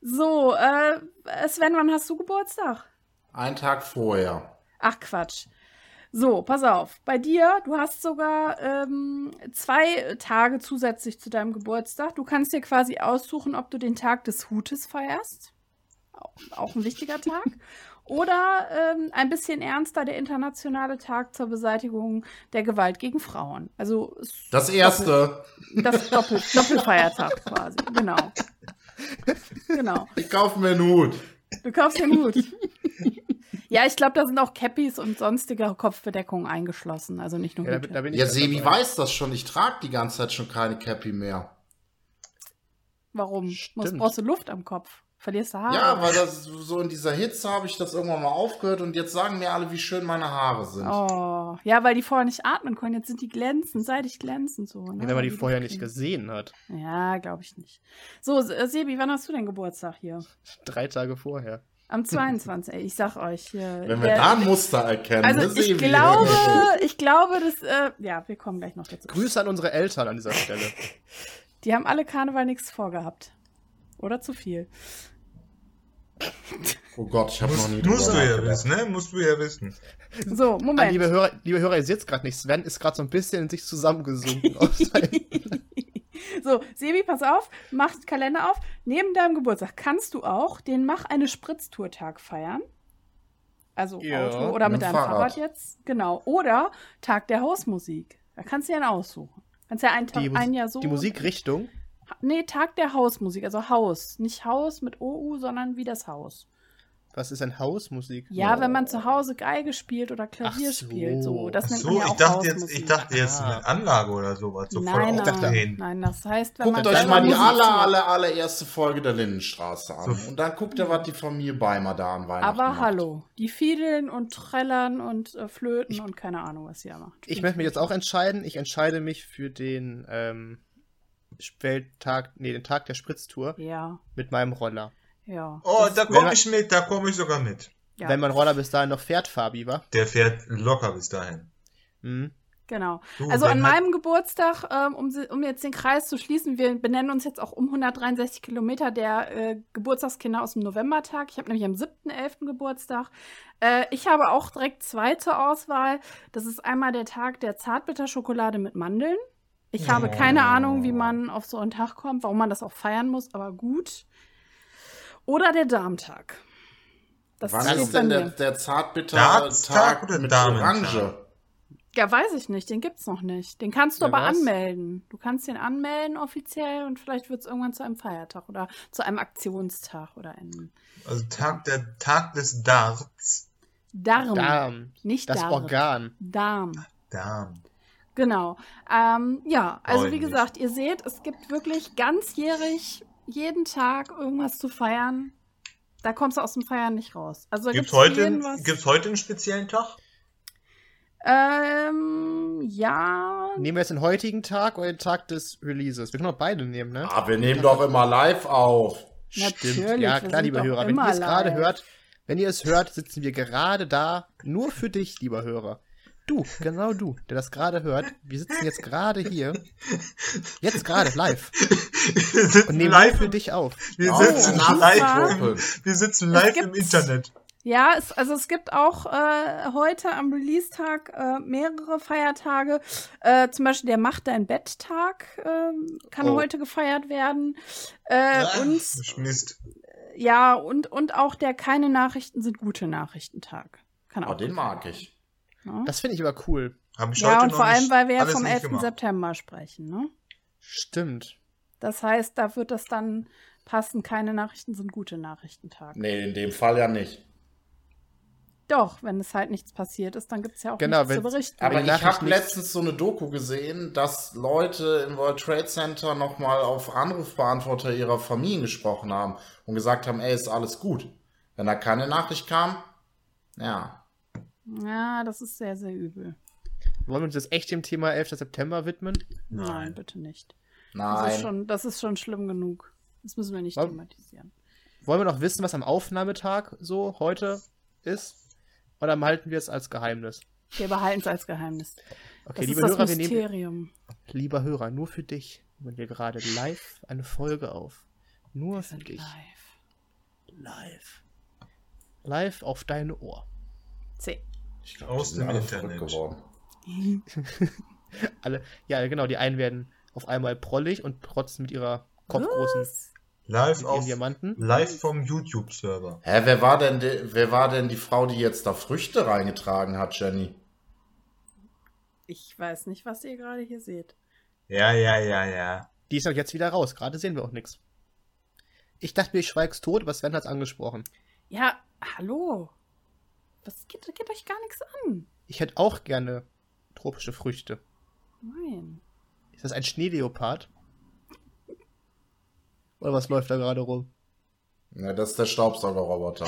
D: so, äh, Sven, wann hast du Geburtstag?
B: Ein Tag vorher.
D: Ach Quatsch. So, pass auf. Bei dir, du hast sogar ähm, zwei Tage zusätzlich zu deinem Geburtstag. Du kannst dir quasi aussuchen, ob du den Tag des Hutes feierst. Auch, auch ein wichtiger Tag. Oder ähm, ein bisschen ernster, der internationale Tag zur Beseitigung der Gewalt gegen Frauen. Also es-
B: Das erste.
D: das Doppel Doppelfeiertag quasi. Genau. Genau.
B: Ich kaufe mir einen Hut.
D: Du kaufst den Hut. ja, ich glaube, da sind auch Cappies und sonstige Kopfbedeckungen eingeschlossen. Also nicht nur
A: Ja, da, bin-
D: Hüte.
A: da bin ich
B: Ja,
A: halt
B: Sebi
A: dabei.
B: weiß das schon. Ich trage die ganze Zeit schon keine Cappy mehr.
D: Warum? Muss,
A: Stimmt.
D: brauchst du Luft am Kopf? Verlierst du Haare?
B: Ja, weil das so in dieser Hitze habe ich das irgendwann mal aufgehört und jetzt sagen mir alle, wie schön meine Haare sind.
D: Oh, ja, weil die vorher nicht atmen konnten. Jetzt sind die glänzend, seidig glänzend so. Ne?
A: Wenn man die
D: Wie
A: vorher nicht
D: kriegen-
A: gesehen hat.
D: Ja, glaube ich nicht. So, S- äh, Sebi, wann hast du denn Geburtstag hier?
A: Drei Tage vorher.
D: Am 22. Ey, ich sag euch hier.
B: Wenn wir
D: der-
B: da ein Muster erkennen,
D: also
B: ne,
D: ich
B: Sebi?
D: glaube, ich glaube, dass äh, ja, wir kommen gleich noch dazu.
A: Grüße an unsere Eltern an dieser Stelle.
D: Die haben alle Karneval nichts vorgehabt. Oder zu viel.
B: Oh Gott, ich habe noch nie
C: Musst
B: drüber
C: du ja
B: nachgedacht.
C: wissen, ne? Musst du ja wissen.
D: So,
A: Ah,
D: Moment.
A: liebe Hörer, liebe Hörer, ihr seht es gerade nicht. Sven ist gerade so ein bisschen in sich zusammengesunken. Auf sein-
D: so, Sebi, pass auf, mach den Kalender auf. Neben deinem Geburtstag kannst du auch den Mach eine Spritztour-Tag feiern. Also
A: Ja.
D: Auto oder mit
B: Mit dem
D: deinem Fahrrad.
B: Fahrrad.
D: jetzt. Genau. Oder Tag der Hausmusik. Da kannst du ja einen aussuchen. Kannst ja einen Tag,
A: Die Mus-
D: ein Jahr so.
A: die Musikrichtung.
D: Nee, Tag der Hausmusik, also Haus. Nicht Haus mit OU, sondern wie das Haus.
A: Was ist denn Hausmusik?
D: Ja, wenn man
A: Oh.
D: zu Hause Geige spielt oder Klavier
A: Ach so.
D: spielt, so. Das
C: Ach
D: nennt
C: so,
D: man ja
C: ich
D: auch
C: dachte jetzt,
D: Hausmusik.
C: ich dachte jetzt
A: Ah.
C: mit Anlage oder sowas. So voll
D: nein, nein,
C: aufdrehen.
D: nein, das heißt, wenn man
B: Guckt euch
D: selber
B: mal die
D: Musik
B: aller,
D: macht.
B: aller, allererste Folge der Lindenstraße an.
C: So.
B: Und dann guckt ihr, was die Familie Beimer da an Weihnachten
D: Aber
B: macht.
D: hallo, die fiedeln und trällern und äh, flöten und keine Ahnung, was sie da macht.
A: Ich möchte mich jetzt auch entscheiden. Ich entscheide mich für den ähm, Welttag, nee, den Tag der Spritztour
D: Ja,
A: mit meinem Roller.
D: ja.
C: Oh,
D: Das-
C: da
A: wenn
C: komme
A: man-
C: ich mit, da komme ich sogar mit.
D: ja,
A: Wenn mein Roller bis dahin noch fährt, Fabi, wa?
C: Der fährt locker bis dahin.
A: Mhm.
D: Genau.
C: Du,
D: Also an
C: wenn halt-
D: meinem Geburtstag, ähm, um, sie- um jetzt den Kreis zu schließen, wir benennen uns jetzt auch um 163 Kilometer der äh, Geburtstagskinder aus dem Novembertag. Ich habe nämlich am 7.11. Geburtstag. Äh, ich habe auch direkt zweite Auswahl. Das ist einmal der Tag der Zartbitterschokolade mit Mandeln. Ich habe keine
C: Oh.
D: Ahnung, wie man auf so einen Tag kommt, warum man das auch feiern muss, aber gut. Oder der Darmtag. Das
B: Wann
D: steht
B: ist
D: bei
B: denn
D: mir.
B: der, der
C: Dartstag
B: Zartbitter-Tag
C: oder
B: mit
C: Damentag?
B: Orange?
D: Ja, weiß ich nicht. Den gibt's noch nicht. Den kannst du
A: Wer
D: aber
A: weiß?
D: anmelden. Du kannst den anmelden offiziell und vielleicht wird's irgendwann zu einem Feiertag oder zu einem Aktionstag oder einem
C: Also Tag, der Tag des Darts.
D: Darm.
A: Darm.
D: Nicht
A: Das
D: Darm.
A: Organ.
D: Darm.
C: Darm.
D: Genau. Ähm, ja, also
C: Freut
D: wie
C: mich.
D: gesagt, ihr seht, es gibt wirklich ganzjährig jeden Tag irgendwas zu feiern. Da kommst du aus dem Feiern nicht raus. Also da
C: Gibt's
D: gibt's
C: heute,
D: jeden was.
C: gibt's heute einen speziellen Tag?
D: ähm, ja,
A: Nehmen wir jetzt den heutigen Tag oder den Tag des Releases? Wir können auch beide nehmen, ne?
B: Ah, wir nehmen doch immer live auf.
D: Natürlich,
A: Ja,
D: wir
A: klar,
D: sind
A: liebe
D: doch
A: Hörer. Wenn
D: immer
A: ihr es gerade
D: live.
A: hört, wenn ihr es hört, sitzen wir gerade da. Nur für dich, lieber Hörer. Du, genau du, der das gerade hört. Wir sitzen jetzt gerade hier. Jetzt gerade, live.
C: Wir sitzen
A: Und nehmen
C: live,
A: für
C: im-
A: dich auf.
C: wir
B: Oh,
C: sitzen
B: Nasenklappe.
C: live, im- wir sitzen
D: Es
C: live im
D: gibt's.
C: Internet.
D: Ja, es, also es gibt auch äh, heute am Release-Tag äh, mehrere Feiertage. Äh, zum Beispiel der Macht dein Bett-Tag ähm, kann
A: Oh.
D: heute gefeiert werden. Äh,
C: Ah,
D: und
C: Mist.
D: ja, und, und auch der Keine Nachrichten sind gute Nachrichten-Tag. Kann
B: Oh,
D: auch.
B: den mag ich.
D: ne?
A: Das finde ich aber cool.
C: Haben ich
D: ja,
C: heute
D: und
C: noch
D: vor allem,
C: nicht-
D: weil wir ja
C: alles
D: vom
C: nicht
D: 11.
C: gemacht.
D: September sprechen. Ne?
A: Stimmt.
D: Das heißt, da wird das dann passen. Keine Nachrichten sind gute Nachrichtentag.
B: Nee, in dem Fall ja nicht.
D: Doch, wenn es halt nichts passiert ist, dann gibt's ja auch
A: Genau,
D: nichts zu
A: wenn's-
D: berichten.
B: Aber
A: die
B: ich
A: Nachricht
B: habe
A: nicht-
B: letztens so eine Doku gesehen, dass Leute im World Trade Center nochmal auf Anrufbeantworter ihrer Familien gesprochen haben und gesagt haben, ey, ist alles gut. Wenn da keine Nachricht kam, ja.
D: Ja, das ist sehr, sehr übel.
A: Wollen wir uns jetzt echt dem Thema 11. September widmen?
D: Nein,
C: Nein.
D: bitte nicht. Das ist,
B: Nein.
D: schon, das ist schon schlimm genug. Das müssen wir nicht
A: Was?
D: thematisieren.
A: Wollen wir noch wissen, was am Aufnahmetag so heute ist? Oder halten wir es als Geheimnis?
D: Wir behalten es als Geheimnis.
A: Okay,
D: das
A: liebe
D: ist
A: Hörer,
D: das
A: wir nehmen,
D: Mysterium.
A: lieber Hörer, nur für dich nehmen wir gerade live eine Folge auf. Nur
D: Wir
A: für
D: sind
A: dich.
D: live.
A: Live. Live auf dein Ohr.
D: C.
B: Ich glaub, die
C: Aus
B: sind
C: dem
B: alle
C: Internet.
B: verrückt geworden.
A: Alle, ja, genau, die einen werden auf einmal prollig und protzen mit ihrer kopfgroßen
C: Live
A: mit
C: auf,
A: ihren Diamanten.
C: live vom YouTube-Server.
B: Hä, wer war denn de, wer war denn die Frau, die jetzt da Früchte reingetragen hat, Jenny?
D: Ich weiß nicht, was ihr gerade hier seht.
C: Ja, ja, ja, ja.
A: Die ist doch jetzt wieder raus, gerade sehen wir auch nichts. Ich dachte mir, ich schweig's tot, aber Sven hat's angesprochen.
D: Ja, hallo. Das geht, geht euch gar nichts an.
A: Ich hätte auch gerne tropische Früchte.
D: Nein.
A: Ist das ein Schneeleopard? Oder was läuft da gerade rum?
B: Ja, das ist der Staubsaugerroboter.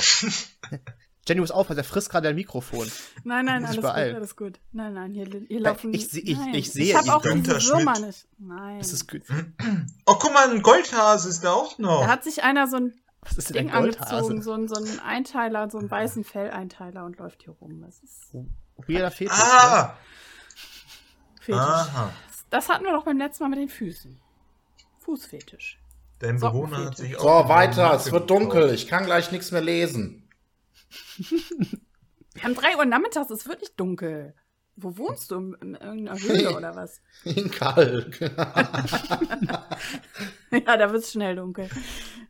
A: Jenny muss aufpassen, er frisst gerade ein Mikrofon.
D: Nein, nein,
A: Muss
D: alles
A: ich
D: gut,
A: beeilen.
D: alles gut. Nein, nein, hier, hier laufen.
A: Äh, ich seh- ich-
D: nein.
A: ich sehe
D: Ich habe
A: ihn.
D: auch
C: Günther
D: diese Würmer
C: Schmidt.
D: nicht. Nein.
A: Das ist, gü-
C: Oh, guck mal, ein Goldhase ist da auch noch.
D: Da hat sich einer so ein
A: was ist denn
D: Ding
A: ein
D: angezogen,
A: Goldhase?
D: so einen, so einen Einteiler, so einen weißen Felleinteiler und läuft hier rum. Das ist
A: Weirder Fetisch. ne?
C: ah,
D: fetisch.
C: aha.
D: Das hatten wir doch beim letzten Mal mit den Füßen. Fußfetisch.
C: Dein
D: Sockenfetisch.
C: Bewohner hat sich
B: So, weiter, es wird dunkel, ich kann gleich nichts mehr lesen.
D: Wir haben 3 Uhr nachmittags, es wird nicht dunkel. Wo wohnst du? In, in irgendeiner Höhle oder was?
B: In Kalk.
D: Ja, da wird es schnell dunkel.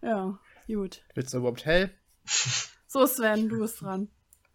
D: Ja, gut.
A: Wird's noch überhaupt hell?
D: So, Sven, du bist dran.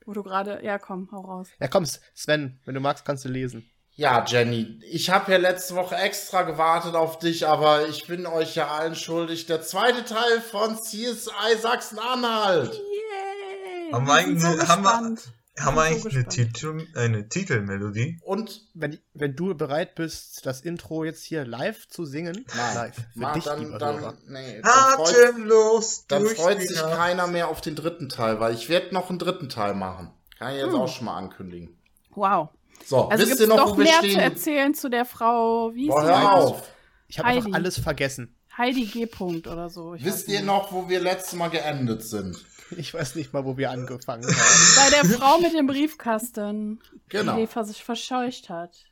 D: Wo du gerade. Ja, komm, hau raus.
A: Ja, komm, Sven, wenn du magst, kannst du lesen.
B: Ja, Jenny, ich habe ja letzte Woche extra gewartet auf dich, aber ich bin euch ja allen schuldig. Der zweite Teil von CSI Sachsen-Anhalt.
D: Yay!
C: Haben wir
D: sind
C: eigentlich,
B: ne,
D: so
C: haben
D: gespannt.
C: wir, haben wir eigentlich
D: Ich bin so
C: eine,
D: gespannt.
C: Titel, eine Titelmelodie?
B: Und
A: Wenn, wenn du bereit bist, das Intro jetzt hier live zu singen, live, für
B: Ma,
A: dich,
B: dann,
A: lieber
B: dann,
A: Hörer.
C: Ah,
B: nee, dann freut,
C: Atemlos
B: dann
C: durch
B: freut
C: die
B: sich
C: Nacht.
B: keiner mehr auf den dritten Teil, weil ich werde noch einen dritten Teil machen. Kann ich jetzt
D: Hm.
B: auch schon mal ankündigen.
D: Wow.
B: So,
D: Also
B: Oh, wisst
D: gibt
B: ihr
D: es
B: noch,
D: doch
B: wo wir
D: mehr zu
B: stehen?
D: erzählen zu der Frau. Wie ist
B: Boah,
D: die
B: hör
D: eigentlich?
B: auf.
A: Ich habe einfach
D: Heidi.
A: alles vergessen.
D: Heidi G. Punkt oder so. ich weiß
B: Wisst ihr
D: nicht.
B: noch, wo wir letztes Mal geendet sind?
A: Ich weiß nicht mal, wo wir angefangen haben.
D: Bei der Frau mit dem Briefkasten,
B: Genau.
D: die Eva sich verscheucht hat.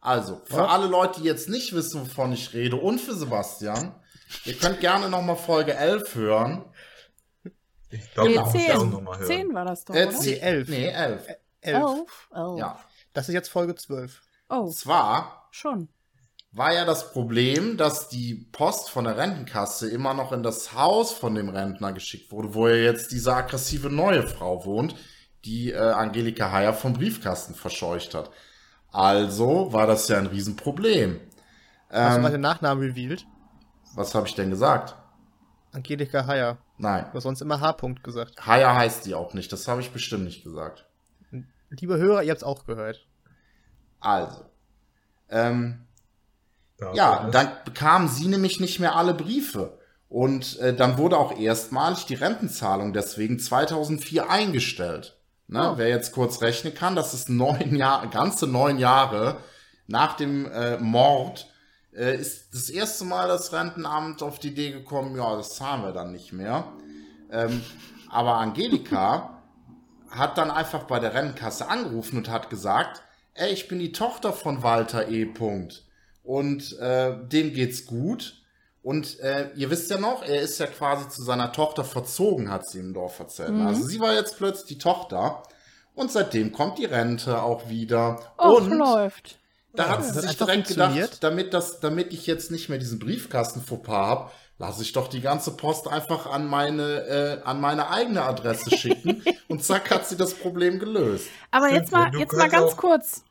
B: Also, für
A: Ja.
B: alle Leute, die jetzt nicht wissen, wovon ich rede, und für Sebastian, ihr könnt gerne nochmal Folge 11 hören.
C: Ich glaube,
D: nee,
C: das muss ich auch nochmal
D: 10.
C: hören.
D: 10 war das doch,
B: Äh,
D: oder?
A: zehn. Nee, 11.
B: Nee, 11.
D: Äh,
A: Elf.
D: Elf. Elf.
B: Ja.
A: Das ist jetzt Folge 12.
D: Oh,
B: Und zwar
D: schon.
B: war ja das Problem, dass die Post von der Rentenkasse immer noch in das Haus von dem Rentner geschickt wurde, wo ja jetzt diese aggressive neue Frau wohnt, die äh, Angelika Heyer vom Briefkasten verscheucht hat. Also war das ja ein Riesenproblem.
A: Hast du mal
B: Ähm,
A: den Nachnamen revealed?
B: was habe ich denn gesagt?
A: Angelika Heyer.
B: Nein.
A: Du hast sonst immer H-Punkt gesagt.
B: Heyer heißt die auch nicht. Das habe ich bestimmt nicht gesagt.
A: Liebe Hörer, ihr habt's auch gehört.
B: Also. Ähm,
C: Da-
B: ja, dann bekamen sie nämlich nicht mehr alle Briefe. Und äh, dann wurde auch erstmalig die Rentenzahlung deswegen 2004 eingestellt. Ne?
A: Oh.
B: Wer jetzt kurz rechnen kann, das ist neun Jahre, ganze neun Jahre nach dem äh, Mord äh, ist das erste Mal das Rentenamt auf die Idee gekommen, ja, das zahlen wir dann nicht mehr. Ähm, aber Angelika hat dann einfach bei der Rennkasse angerufen und hat gesagt, ey, ich bin die Tochter von Walter E. Punkt. Und äh, dem geht's gut. Und äh, ihr wisst ja noch, er ist ja quasi zu seiner Tochter verzogen, hat sie im Dorf erzählt.
D: Mhm.
B: Also sie war jetzt plötzlich die Tochter. Und seitdem kommt die Rente auch wieder.
D: Och,
B: und
D: Oh, läuft.
B: da
A: Ja,
B: hat
A: das
B: sie
A: hat
B: sich
A: doch
B: direkt
A: funktioniert.
B: gedacht, damit, das, damit ich jetzt nicht mehr diesen Briefkasten fauxpas habe, lasse ich doch die ganze Post einfach an meine, äh, an meine eigene Adresse schicken. und zack hat sie das Problem gelöst.
D: Aber
C: Stimmt,
D: jetzt mal,
C: du
D: jetzt mal
C: kannst
D: ganz
C: auch-
D: kurz.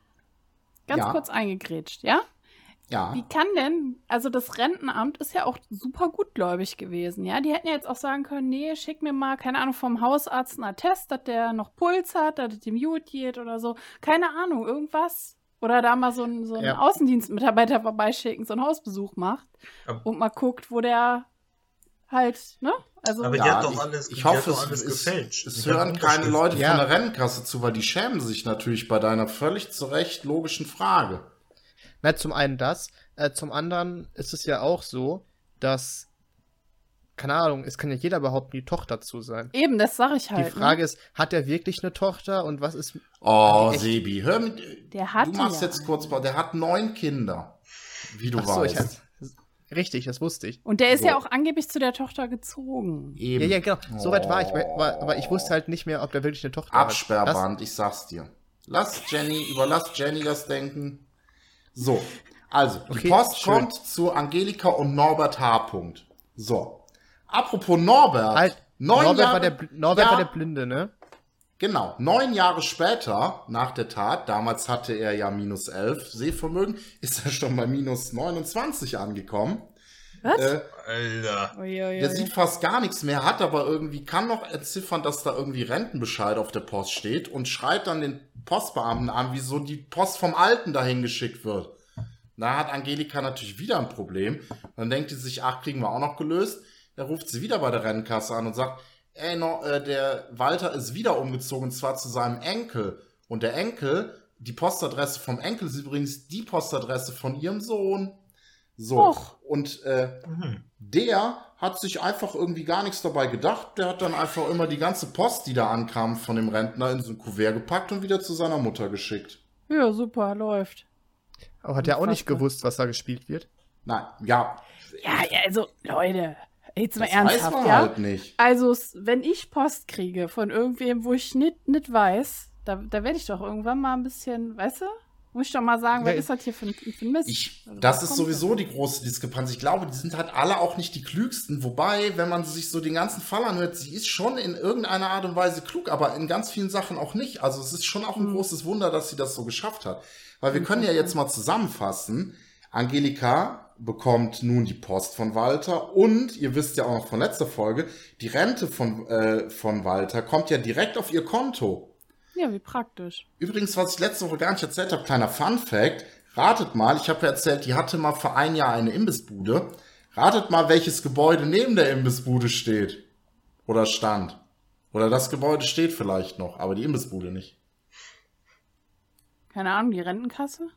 D: Ganz
B: Ja.
D: kurz eingegrätscht, ja?
B: Ja.
D: Wie kann denn, also das Rentenamt ist ja auch super gutgläubig gewesen, ja? Die hätten ja jetzt auch sagen können, nee, schick mir mal, keine Ahnung, vom Hausarzt einen Attest, dass der noch Puls hat, dass es dem gut geht oder so. Keine Ahnung, irgendwas. Oder da mal so einen, so einen
A: Ja.
D: Außendienstmitarbeiter vorbeischicken, so einen Hausbesuch macht
C: Ab-
D: und mal guckt, wo der halt, ne? Also,
C: Aber die
B: Ja,
C: hat doch
B: ich-
C: alles,
B: ich
C: die
B: hoffe,
C: hat doch
B: es-
C: alles
B: es-
C: gefälscht.
B: Es
C: Die hat
B: hören keine
C: Unterschriften.
B: Leute
A: Ja.
B: von der Rentenkasse zu, weil die schämen sich natürlich bei deiner völlig zu Recht logischen Frage.
A: Na, zum einen das. Äh, zum anderen ist es ja auch so, dass, keine Ahnung, es kann ja jeder behaupten, die Tochter zu sein.
D: eben, das sage ich
A: Die
D: halt.
A: Frage ist, hat er wirklich eine Tochter und was ist.
B: Oh,
A: die echt-
B: Sebi, hör mit.
D: Der hatte
B: du machst
D: ja
B: jetzt kurz, der hat neun Kinder. Wie du
A: Ach so, ich
B: weißt.
A: hab, Richtig, das wusste ich.
D: ne? Und der ist ja
B: So.
D: auch angeblich zu der Tochter gezogen.
A: Ja,
B: Eben.
A: ja, genau. Soweit war ich,
B: Oh.
A: war, aber ich wusste halt nicht mehr, ob der wirklich eine Tochter hat.
B: Absperrband, ich sag's dir. Lass Jenny, überlass Jenny das Denken. So, also, die
A: Okay,
B: Post
A: schön.
B: kommt zu Angelika und Norbert H. Punkt. So. Apropos Norbert.
A: Das, halt,
B: neun
A: Norbert,
B: Jahre,
A: war, der, Bl- Norbert
B: Ja,
A: war der Blinde, ne?
B: Genau, neun Jahre später, nach der Tat, damals hatte er ja minus 11 Sehvermögen, ist er schon bei minus 29 angekommen.
D: Was?
B: Äh,
C: Alter.
D: Uiuiui.
B: der sieht fast gar nichts mehr, hat aber irgendwie, kann noch entziffern, dass da irgendwie Rentenbescheid auf der Post steht und schreit dann den Postbeamten an, wieso die Post vom Alten dahin geschickt wird. Da hat Angelika natürlich wieder ein Problem. Dann denkt sie sich, ach, kriegen wir auch noch gelöst. Da ruft sie wieder bei der Rennkasse an und sagt, ey, no, äh, der Walter ist wieder umgezogen, und zwar zu seinem Enkel. Und der Enkel, die Postadresse vom Enkel ist übrigens die Postadresse von ihrem Sohn. So.
D: Och.
B: Und äh,
C: Mhm.
B: der hat sich einfach irgendwie gar nichts dabei gedacht. Der hat dann einfach immer die ganze Post, die da ankam, von dem Rentner in so ein Kuvert gepackt und wieder zu seiner Mutter geschickt.
D: Ja, super, läuft.
A: Aber hat er auch nicht
D: Unfassbar.
A: gewusst, was da gespielt wird.
B: Nein, ja,
D: Ja, ja, also, Leute, jetzt mal
B: das weiß
D: ernsthaft,
B: man
D: ja?
B: halt nicht.
D: Also, s- wenn ich Post kriege von irgendwem, wo ich nicht, nicht weiß, da, da werde ich doch irgendwann mal ein bisschen, weißt du? Muss ich doch mal sagen,
A: Ja,
D: was ist das hier für ein, für ein Mist?
B: Ich,
D: Also,
B: das
D: was
B: ist
D: kommt
B: sowieso die große Diskrepanz. Ich glaube, die sind halt alle auch nicht die klügsten. Wobei, wenn man sich so den ganzen Fall anhört, sie ist schon in irgendeiner Art und Weise klug, aber in ganz vielen Sachen auch nicht. Also es ist schon auch ein
D: Mhm.
B: großes Wunder, dass sie das so geschafft hat. Weil
D: Hm,
B: wir können ja jetzt mal zusammenfassen. Angelika bekommt nun die Post von Walter und ihr wisst ja auch noch von letzter Folge, die Rente von, äh, von Walter kommt ja direkt auf ihr Konto.
D: denn? Ja, wie praktisch.
B: Übrigens, was ich letzte Woche gar nicht erzählt habe, kleiner Fun Fact. Ratet mal, ich habe ja erzählt, die hatte mal für ein Jahr eine Imbissbude. Ratet mal, welches Gebäude neben der Imbissbude steht. Oder stand. Oder das Gebäude steht vielleicht noch, aber die Imbissbude nicht.
D: Keine Ahnung, die Rentenkasse?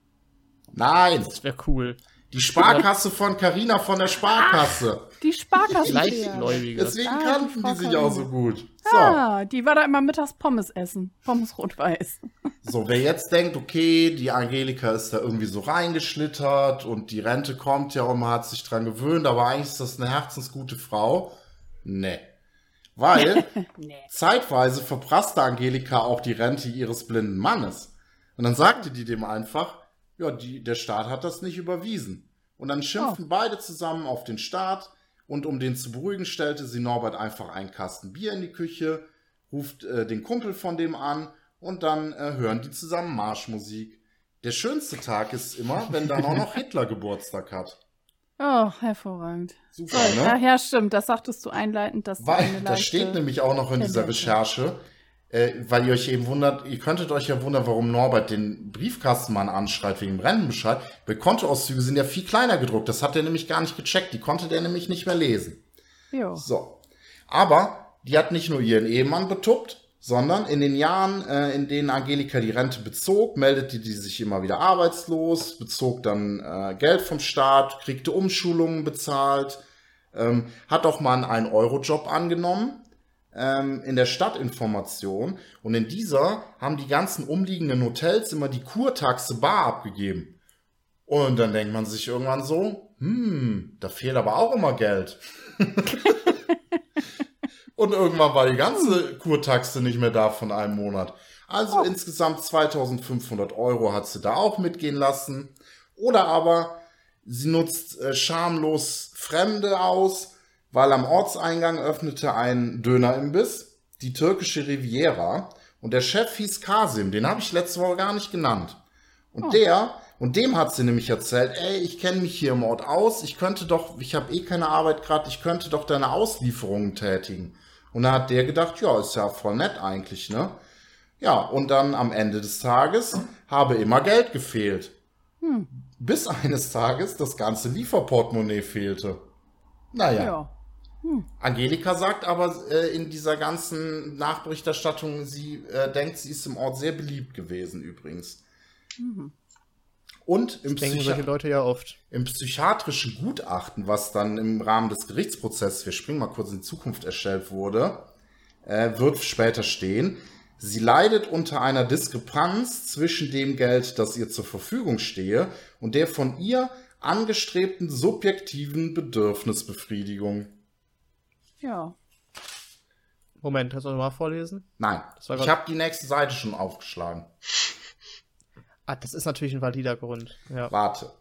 B: Nein,
A: Das wäre cool.
B: die Sparkasse von Carina von der Sparkasse.
D: Die Sparkasse.
A: Leichtgläubiger.
B: Deswegen
D: Ah, die
B: kannten die
D: Frau
B: sich auch so
D: Carina.
B: gut. So,
D: Ah, die war da immer mittags Pommes essen. Pommes rot-weiß.
B: so, wer jetzt denkt, okay, die Angelika ist da irgendwie so reingeschlittert und die Rente kommt ja und man hat sich dran gewöhnt, aber eigentlich ist das eine herzensgute Frau. Nee. Weil
D: Nee.
B: zeitweise verprasste Angelika auch die Rente ihres blinden Mannes. Und dann sagte die dem einfach, ja, die, der Staat hat das nicht überwiesen. Und dann schimpften beide zusammen auf den Staat und um den zu beruhigen, stellte sie Norbert einfach einen Kasten Bier in die Küche, ruft äh, den Kumpel von dem an und dann äh, hören die zusammen Marschmusik. Der schönste Tag ist immer, wenn dann auch noch Hitler Geburtstag hat.
D: Oh, hervorragend.
B: Super,
D: Toll.
B: ne?
D: Ach ja, stimmt. Das sagtest du einleitend, dass du eine
B: Weil, das
D: leichte-
B: steht nämlich auch noch in dieser
D: Tendenz,
B: Recherche, äh, weil ihr euch eben wundert, ihr könntet euch ja wundern, warum Norbert den Briefkastenmann anschreit wegen dem Rentenbescheid. Weil Kontoauszüge sind ja viel kleiner gedruckt. Das hat er nämlich gar nicht gecheckt. Die konnte der nämlich nicht mehr lesen.
D: Jo.
B: So. Aber die hat nicht nur ihren Ehemann betuppt, sondern in den Jahren, äh, in denen Angelika die Rente bezog, meldete die sich immer wieder arbeitslos, bezog dann äh, Geld vom Staat, kriegte Umschulungen bezahlt, ähm, hat auch mal einen 1-Euro-Job angenommen, ähm, in der Stadtinformation und in dieser haben die ganzen umliegenden Hotels immer die Kurtaxe bar abgegeben. Und dann denkt man sich irgendwann so, hm, da fehlt aber auch immer Geld. und irgendwann war die ganze Kurtaxe nicht mehr da von einem Monat. Also insgesamt 2500 Euro hat sie da auch mitgehen lassen. Oder aber sie nutzt äh, schamlos Fremde aus, weil am Ortseingang öffnete ein Dönerimbiss, die türkische Riviera. Und der Chef hieß Kasim, den habe ich letzte Woche gar nicht genannt. Und der, und dem hat sie nämlich erzählt, ey, ich kenne mich hier im Ort aus, ich könnte doch, ich habe eh keine Arbeit gerade, ich könnte doch deine Auslieferungen tätigen. Und da hat der gedacht, ja, ist ja voll nett eigentlich, ne? Ja, und dann am Ende des Tages habe immer Geld gefehlt.
D: Hm,
B: Bis eines Tages das ganze Lieferportemonnaie fehlte. Naja.
D: ja.
B: Angelika sagt aber äh, in dieser ganzen Nachberichterstattung, sie äh, denkt, sie ist im Ort sehr beliebt gewesen übrigens. Und im,
A: Das denken
B: Psychia-
A: solche Leute ja oft.
B: im psychiatrischen Gutachten, was dann im Rahmen des Gerichtsprozesses, wir springen mal kurz in die Zukunft, erstellt wurde, äh, wird später stehen. Sie leidet unter einer Diskrepanz zwischen dem Geld, das ihr zur Verfügung stehe, und der von ihr angestrebten subjektiven Bedürfnisbefriedigung.
D: Ja.
A: Moment, kannst du nochmal vorlesen?
B: Nein,
A: war
B: ich
A: grad-
B: habe die nächste Seite schon aufgeschlagen.
A: Ah, das ist natürlich ein valider Grund. Ja.
B: Warte.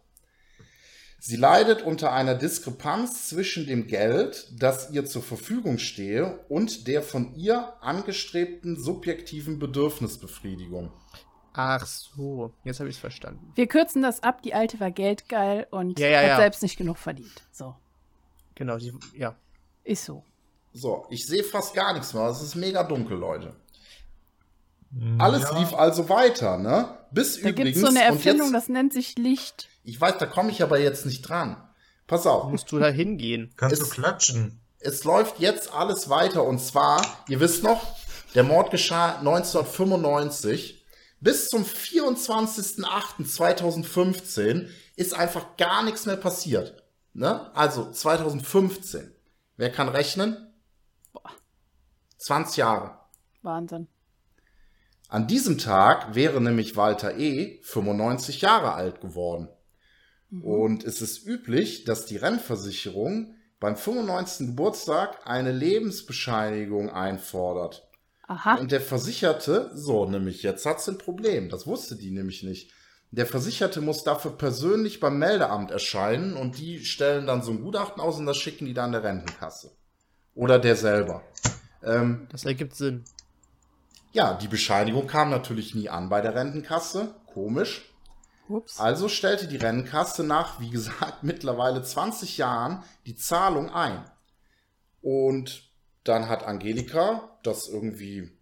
B: Sie leidet unter einer Diskrepanz zwischen dem Geld, das ihr zur Verfügung stehe, und der von ihr angestrebten subjektiven Bedürfnisbefriedigung.
A: Ach so, jetzt habe ich es verstanden.
D: Wir kürzen das ab. Die alte war geldgeil und
A: Ja, ja,
D: hat
A: ja.
D: selbst nicht genug verdient. So.
A: Genau, die, ja.
D: Ist so.
B: So, ich sehe fast gar nichts mehr. Es ist mega dunkel, Leute. Alles
C: ja.
B: lief also weiter, ne? Bis
D: Da gibt
B: übrigens.
D: es so eine
B: und
D: Erfindung,
B: jetzt,
D: das nennt sich Licht.
B: ich weiß, da komme ich aber jetzt nicht dran. Pass auf.
A: Musst du da hingehen?
C: Kannst
B: Es-
C: du klatschen?
B: es läuft jetzt alles weiter und zwar, ihr wisst noch, der Mord geschah 1995. Bis zum 24.08.2015 ist einfach gar nichts mehr passiert. Ne? Also 2015. Wer kann rechnen? 20 Jahre.
D: Wahnsinn.
B: An diesem Tag wäre nämlich Walter E. 95 Jahre alt geworden. Und es ist üblich, dass die Rennversicherung beim 95. Geburtstag eine Lebensbescheinigung einfordert.
D: Aha.
B: Und der Versicherte, so nämlich, jetzt hat's ein Problem, das wusste die nämlich nicht. Der Versicherte muss dafür persönlich beim Meldeamt erscheinen und die stellen dann so ein Gutachten aus und das schicken die dann der Rentenkasse. Oder der selber. Ähm,
A: Das ergibt Sinn.
B: ja, die Bescheinigung kam natürlich nie an bei der Rentenkasse. Komisch.
D: Ups.
B: Also stellte die Rentenkasse nach, wie gesagt, mittlerweile 20 Jahren die Zahlung ein. Und dann hat Angelika das irgendwie,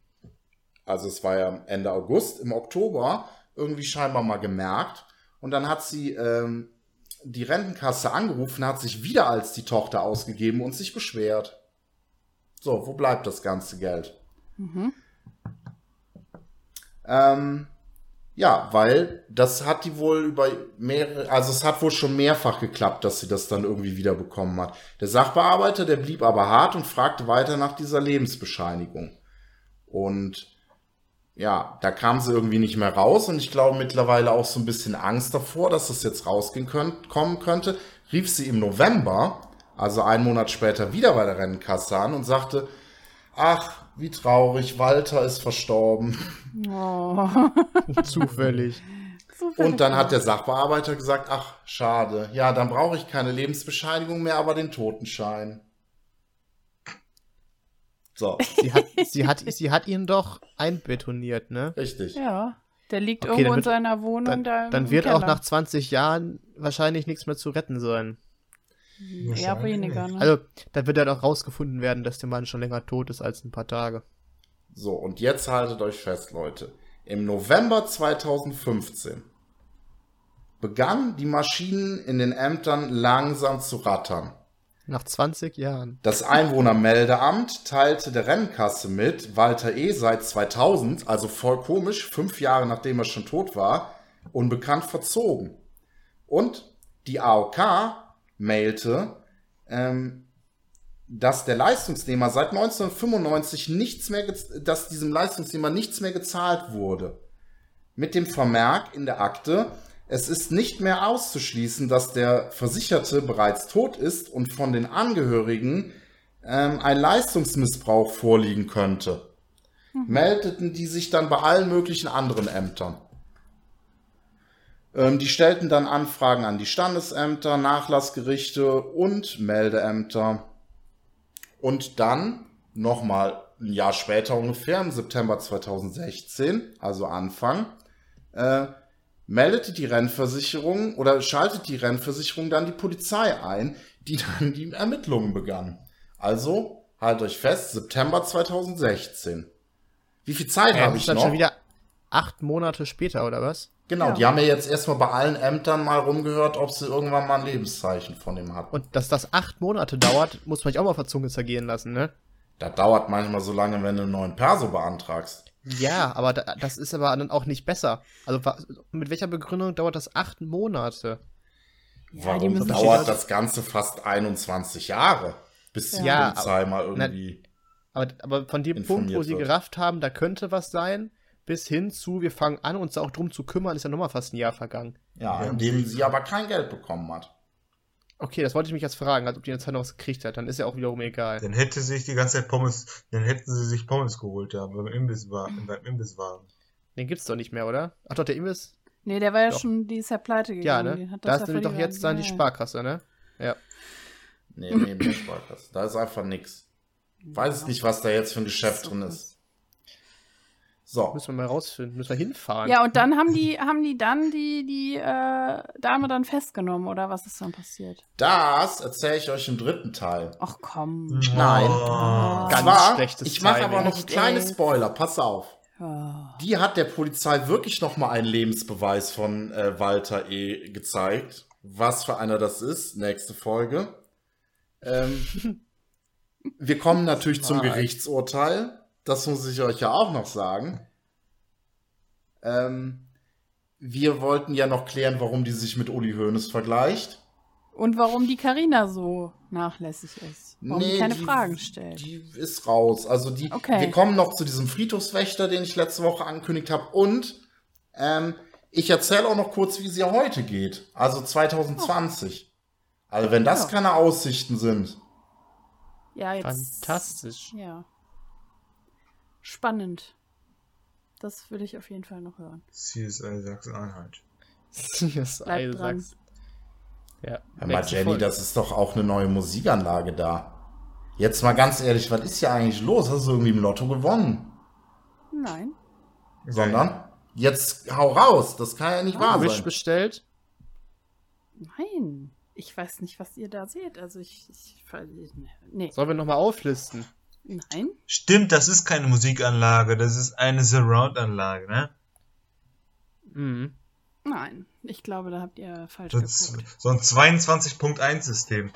B: also es war ja Ende August, im Oktober, irgendwie scheinbar mal gemerkt. Und dann hat sie ähm, die Rentenkasse angerufen, hat sich wieder als die Tochter ausgegeben und sich beschwert. So, wo bleibt das ganze Geld?
D: Mhm.
B: Ähm, ja, weil das hat die wohl über mehrere, also es hat wohl schon mehrfach geklappt, dass sie das dann irgendwie wiederbekommen hat. Der Sachbearbeiter, der blieb aber hart und fragte weiter nach dieser Lebensbescheinigung. Und ja, da kam sie irgendwie nicht mehr raus und ich glaube mittlerweile auch so ein bisschen Angst davor, dass das jetzt rausgehen könnt, kommen könnte, rief sie im November, also einen Monat später, wieder bei der Rennkasse an und sagte, ach, wie traurig, Walter ist verstorben.
D: Oh.
A: Zufällig.
D: Zufällig.
B: Und dann hat der Sachbearbeiter gesagt, ach, schade. Ja, dann brauche ich keine Lebensbescheinigung mehr, aber den Totenschein. So,
A: Sie hat, sie hat, sie hat ihn doch einbetoniert, ne?
B: richtig.
D: Ja. Der liegt
A: Okay,
D: irgendwo
A: dann
D: in
A: wird-
D: seiner Wohnung
A: Dann,
D: da. im
A: dann wird auch
D: Keller.
A: nach 20 Jahren wahrscheinlich nichts mehr zu retten sein.
D: Ja, weniger. Ne?
A: Also, dann wird ja doch rausgefunden werden, dass der Mann schon länger tot ist als ein paar Tage.
B: So, und jetzt haltet euch fest, Leute. Im November 2015 begannen die Maschinen in den Ämtern langsam zu rattern.
A: Nach 20 Jahren.
B: Das Einwohnermeldeamt teilte der Rennkasse mit, Walter E. seit 2000, also voll komisch, fünf Jahre nachdem er schon tot war, unbekannt verzogen. Und die AOK mailte, ähm, dass der Leistungsnehmer seit 1995 nichts mehr, gez- dass diesem Leistungsnehmer nichts mehr gezahlt wurde. Mit dem Vermerk in der Akte, es ist nicht mehr auszuschließen, dass der Versicherte bereits tot ist und von den Angehörigen ähm, ein Leistungsmissbrauch vorliegen könnte. Meldeten die sich dann bei allen möglichen anderen Ämtern. Ähm, die stellten dann Anfragen an die Standesämter, Nachlassgerichte und Meldeämter. Und dann nochmal ein Jahr später ungefähr, im September 2016, also Anfang, äh, meldete die Rennversicherung oder schaltet die Rennversicherung dann die Polizei ein, die dann die Ermittlungen begann. Also, halt euch fest, September 2016. Wie viel Zeit
A: Äh,
B: habe
A: das
B: ich
A: ist dann
B: noch?
A: schon wieder acht Monate später, oder was?
B: Genau,
D: Ja.
B: die haben ja jetzt erstmal bei allen Ämtern mal rumgehört, ob sie irgendwann mal ein Lebenszeichen von ihm hatten.
A: Und dass das acht Monate dauert, muss man sich auch mal auf der Zunge zergehen lassen, ne?
B: Das dauert manchmal so lange, wenn du einen neuen Perso beantragst.
A: Ja, aber da, das ist aber dann auch nicht besser. Also wa- mit welcher Begründung dauert das acht Monate?
D: die
B: Warum
D: müssen-
B: dauert das Ganze fast 21 Jahre, bis die
A: Ja,
B: Polizei mal irgendwie.
A: Aber, aber von dem Punkt, wo
B: Informiert
A: sie
B: wird.
A: gerafft haben, da könnte was sein, bis hin zu, wir fangen an, uns da auch drum zu kümmern, ist ja nochmal fast ein Jahr vergangen.
B: Ja,
C: Ja.
B: indem sie aber kein Geld bekommen hat.
A: Okay, das wollte ich mich jetzt fragen, also ob die in der Zeit noch was gekriegt hat, dann ist ja auch wiederum egal.
C: Dann hätte sich die ganze Zeit Pommes, dann hätten sie sich Pommes geholt da beim Imbiss war, beim Imbisswagen.
A: Den gibt's doch nicht mehr, oder? Ach doch, der Imbiss?
D: Nee, der war ja
A: Doch.
D: schon, die ist ja pleite gegangen.
A: Ja,
D: Die
A: ne?
D: hat das
A: Da ist
D: ja
A: nämlich doch
D: verliehen.
A: jetzt dann die
D: Ja, ja.
A: Sparkasse, ne? Ja.
B: Nee, nee, mir spart das. Da ist einfach nix. Weiß ich nicht, was da jetzt für ein Geschäft drin ist. So,
A: Müssen wir mal rausfinden, müssen wir hinfahren.
D: Ja, und dann haben die, haben die dann die, die äh, Dame dann festgenommen, oder was ist dann passiert?
B: das erzähle ich euch im dritten Teil.
D: Ach komm.
B: Nein.
C: Oh.
A: Ganz
B: Zwar,
A: schlechtes
B: Ich mache aber
A: Timing.
B: noch einen
D: Echt,
B: kleinen
D: ey.
B: Spoiler, pass auf.
D: Ja.
B: Die hat der Polizei wirklich nochmal einen Lebensbeweis von äh, Walter E. gezeigt. Was für einer das ist. Nächste Folge. Ähm, wir kommen natürlich zum
A: Smart.
B: Gerichtsurteil. Das muss ich euch ja auch noch sagen. Ähm, wir wollten ja noch klären, warum die sich mit Uli Hoeneß vergleicht.
D: Und warum die Karina so nachlässig ist. Warum die keine
B: die-
D: Fragen stellt.
B: Die ist raus. Also die,
D: Okay.
B: wir kommen noch zu diesem Friedhofswächter, den ich letzte Woche angekündigt habe. Und ähm, ich erzähle auch noch kurz, wie es ihr heute geht. Also 2020. Also wenn das
D: Oh. Ja.
B: keine Aussichten sind.
D: ja, jetzt.
A: Fantastisch.
D: Ja. Spannend. Das will ich auf jeden Fall noch hören.
C: CSI Sachsen-Anhalt.
A: Das
D: Bleibt
A: eine
D: dran.
A: sagst. Ja.
B: Hör mal,
A: nächste
B: Jenny,
A: Folge.
B: das ist doch auch eine neue Musikanlage da. Jetzt mal ganz ehrlich, was ist hier eigentlich los? Hast du irgendwie im Lotto gewonnen?
D: Nein.
B: Sondern jetzt hau raus. Das kann ja nicht
D: Ah,
B: wahr
A: Wish
B: sein.
A: bestellt.
D: Nein. Ich weiß nicht, was ihr da seht. Also ich. ich nee.
A: Sollen wir nochmal auflisten?
D: Nein.
C: Stimmt, das ist keine Musikanlage, das ist eine Surround-Anlage, ne?
A: Mhm.
D: Nein. Ich glaube, da habt ihr falsch
C: So, ein Z-
D: geguckt.
C: so ein 22.1-System.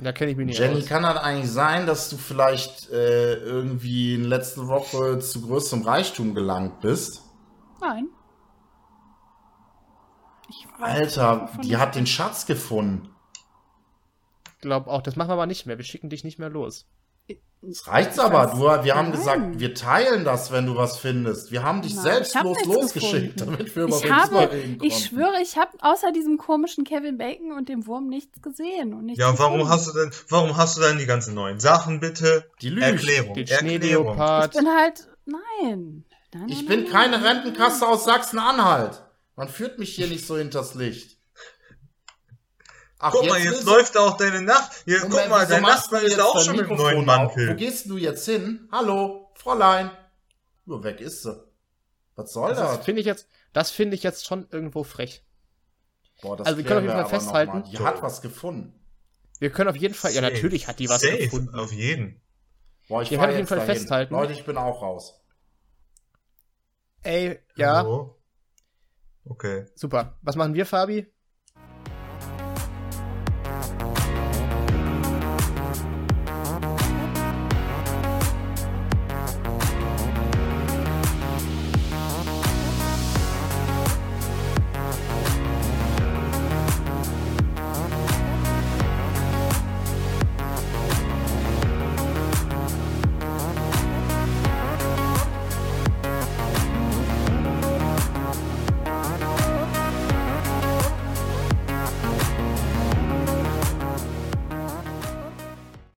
A: Da kenne ich mich nicht
B: Jenny,
A: aus.
B: kann das eigentlich sein, dass du vielleicht äh, irgendwie in letzter Woche zu größerem Reichtum gelangt bist?
D: Nein. Ich weiß
B: Alter,
D: wovon
B: die
D: ich-
B: hat den Schatz gefunden.
A: Glaub auch, das machen wir aber nicht mehr. Wir schicken dich nicht mehr los.
B: Das reicht's
D: Ich
B: aber.
D: weiß-
B: Du, wir haben
D: Nein.
B: gesagt, wir teilen das, wenn du was findest. Wir haben dich
D: Nein,
B: selbstlos
D: ich hab nichts
B: losgeschickt,
D: gefunden.
B: damit wir über
D: Ich
B: Fußball
D: habe,
B: reden
D: ich
B: konnten.
D: schwöre, ich habe außer diesem komischen Kevin Bacon und dem Wurm nichts gesehen. Und nichts
C: Ja, und warum
D: gefunden.
C: hast du denn, warum hast du dann die ganzen neuen Sachen bitte?
B: Die lügt.
C: Erklärung.
A: Den
C: Erklärung.
D: Ich
A: Schneeleopard.
D: bin halt. Nein. Nein,
B: Ich
D: nein,
B: bin
D: nein,
B: keine
D: nein.
B: Rentenkasse aus Sachsen-Anhalt. Man führt mich hier nicht so hinters Licht. Ach,
C: Guck mal, jetzt
B: ist-
C: läuft auch deine Nacht. Jetzt, guck
B: Moment,
C: mal,
B: wieso
C: dein
B: machst
C: Nachbar
B: du
C: ist
B: jetzt
C: auch
B: dein
C: schon mit einem
B: Mikrofon
C: neuen
B: auf? Wo
C: Mantel.
B: gehst du jetzt hin? Hallo, Fräulein. Nur weg ist sie. Was soll das?
A: Das finde ich jetzt, das finde ich jetzt schon irgendwo frech.
B: Boah, das
A: also wir können auf jeden Fall
B: klären wir aber noch mal.
A: festhalten-
B: Die hat was gefunden.
A: Wir können auf jeden Fall, ja
C: Safe.
A: natürlich hat die was
C: Safe,
A: gefunden.
C: Auf jeden.
B: Boah, ich
A: Wir
B: fahr
A: können auf jeden
B: jetzt
A: Fall
B: dahin.
A: festhalten.
B: Leute, ich bin auch raus.
A: Ey, ja,
C: So. Okay.
A: super. Was machen wir, Fabi?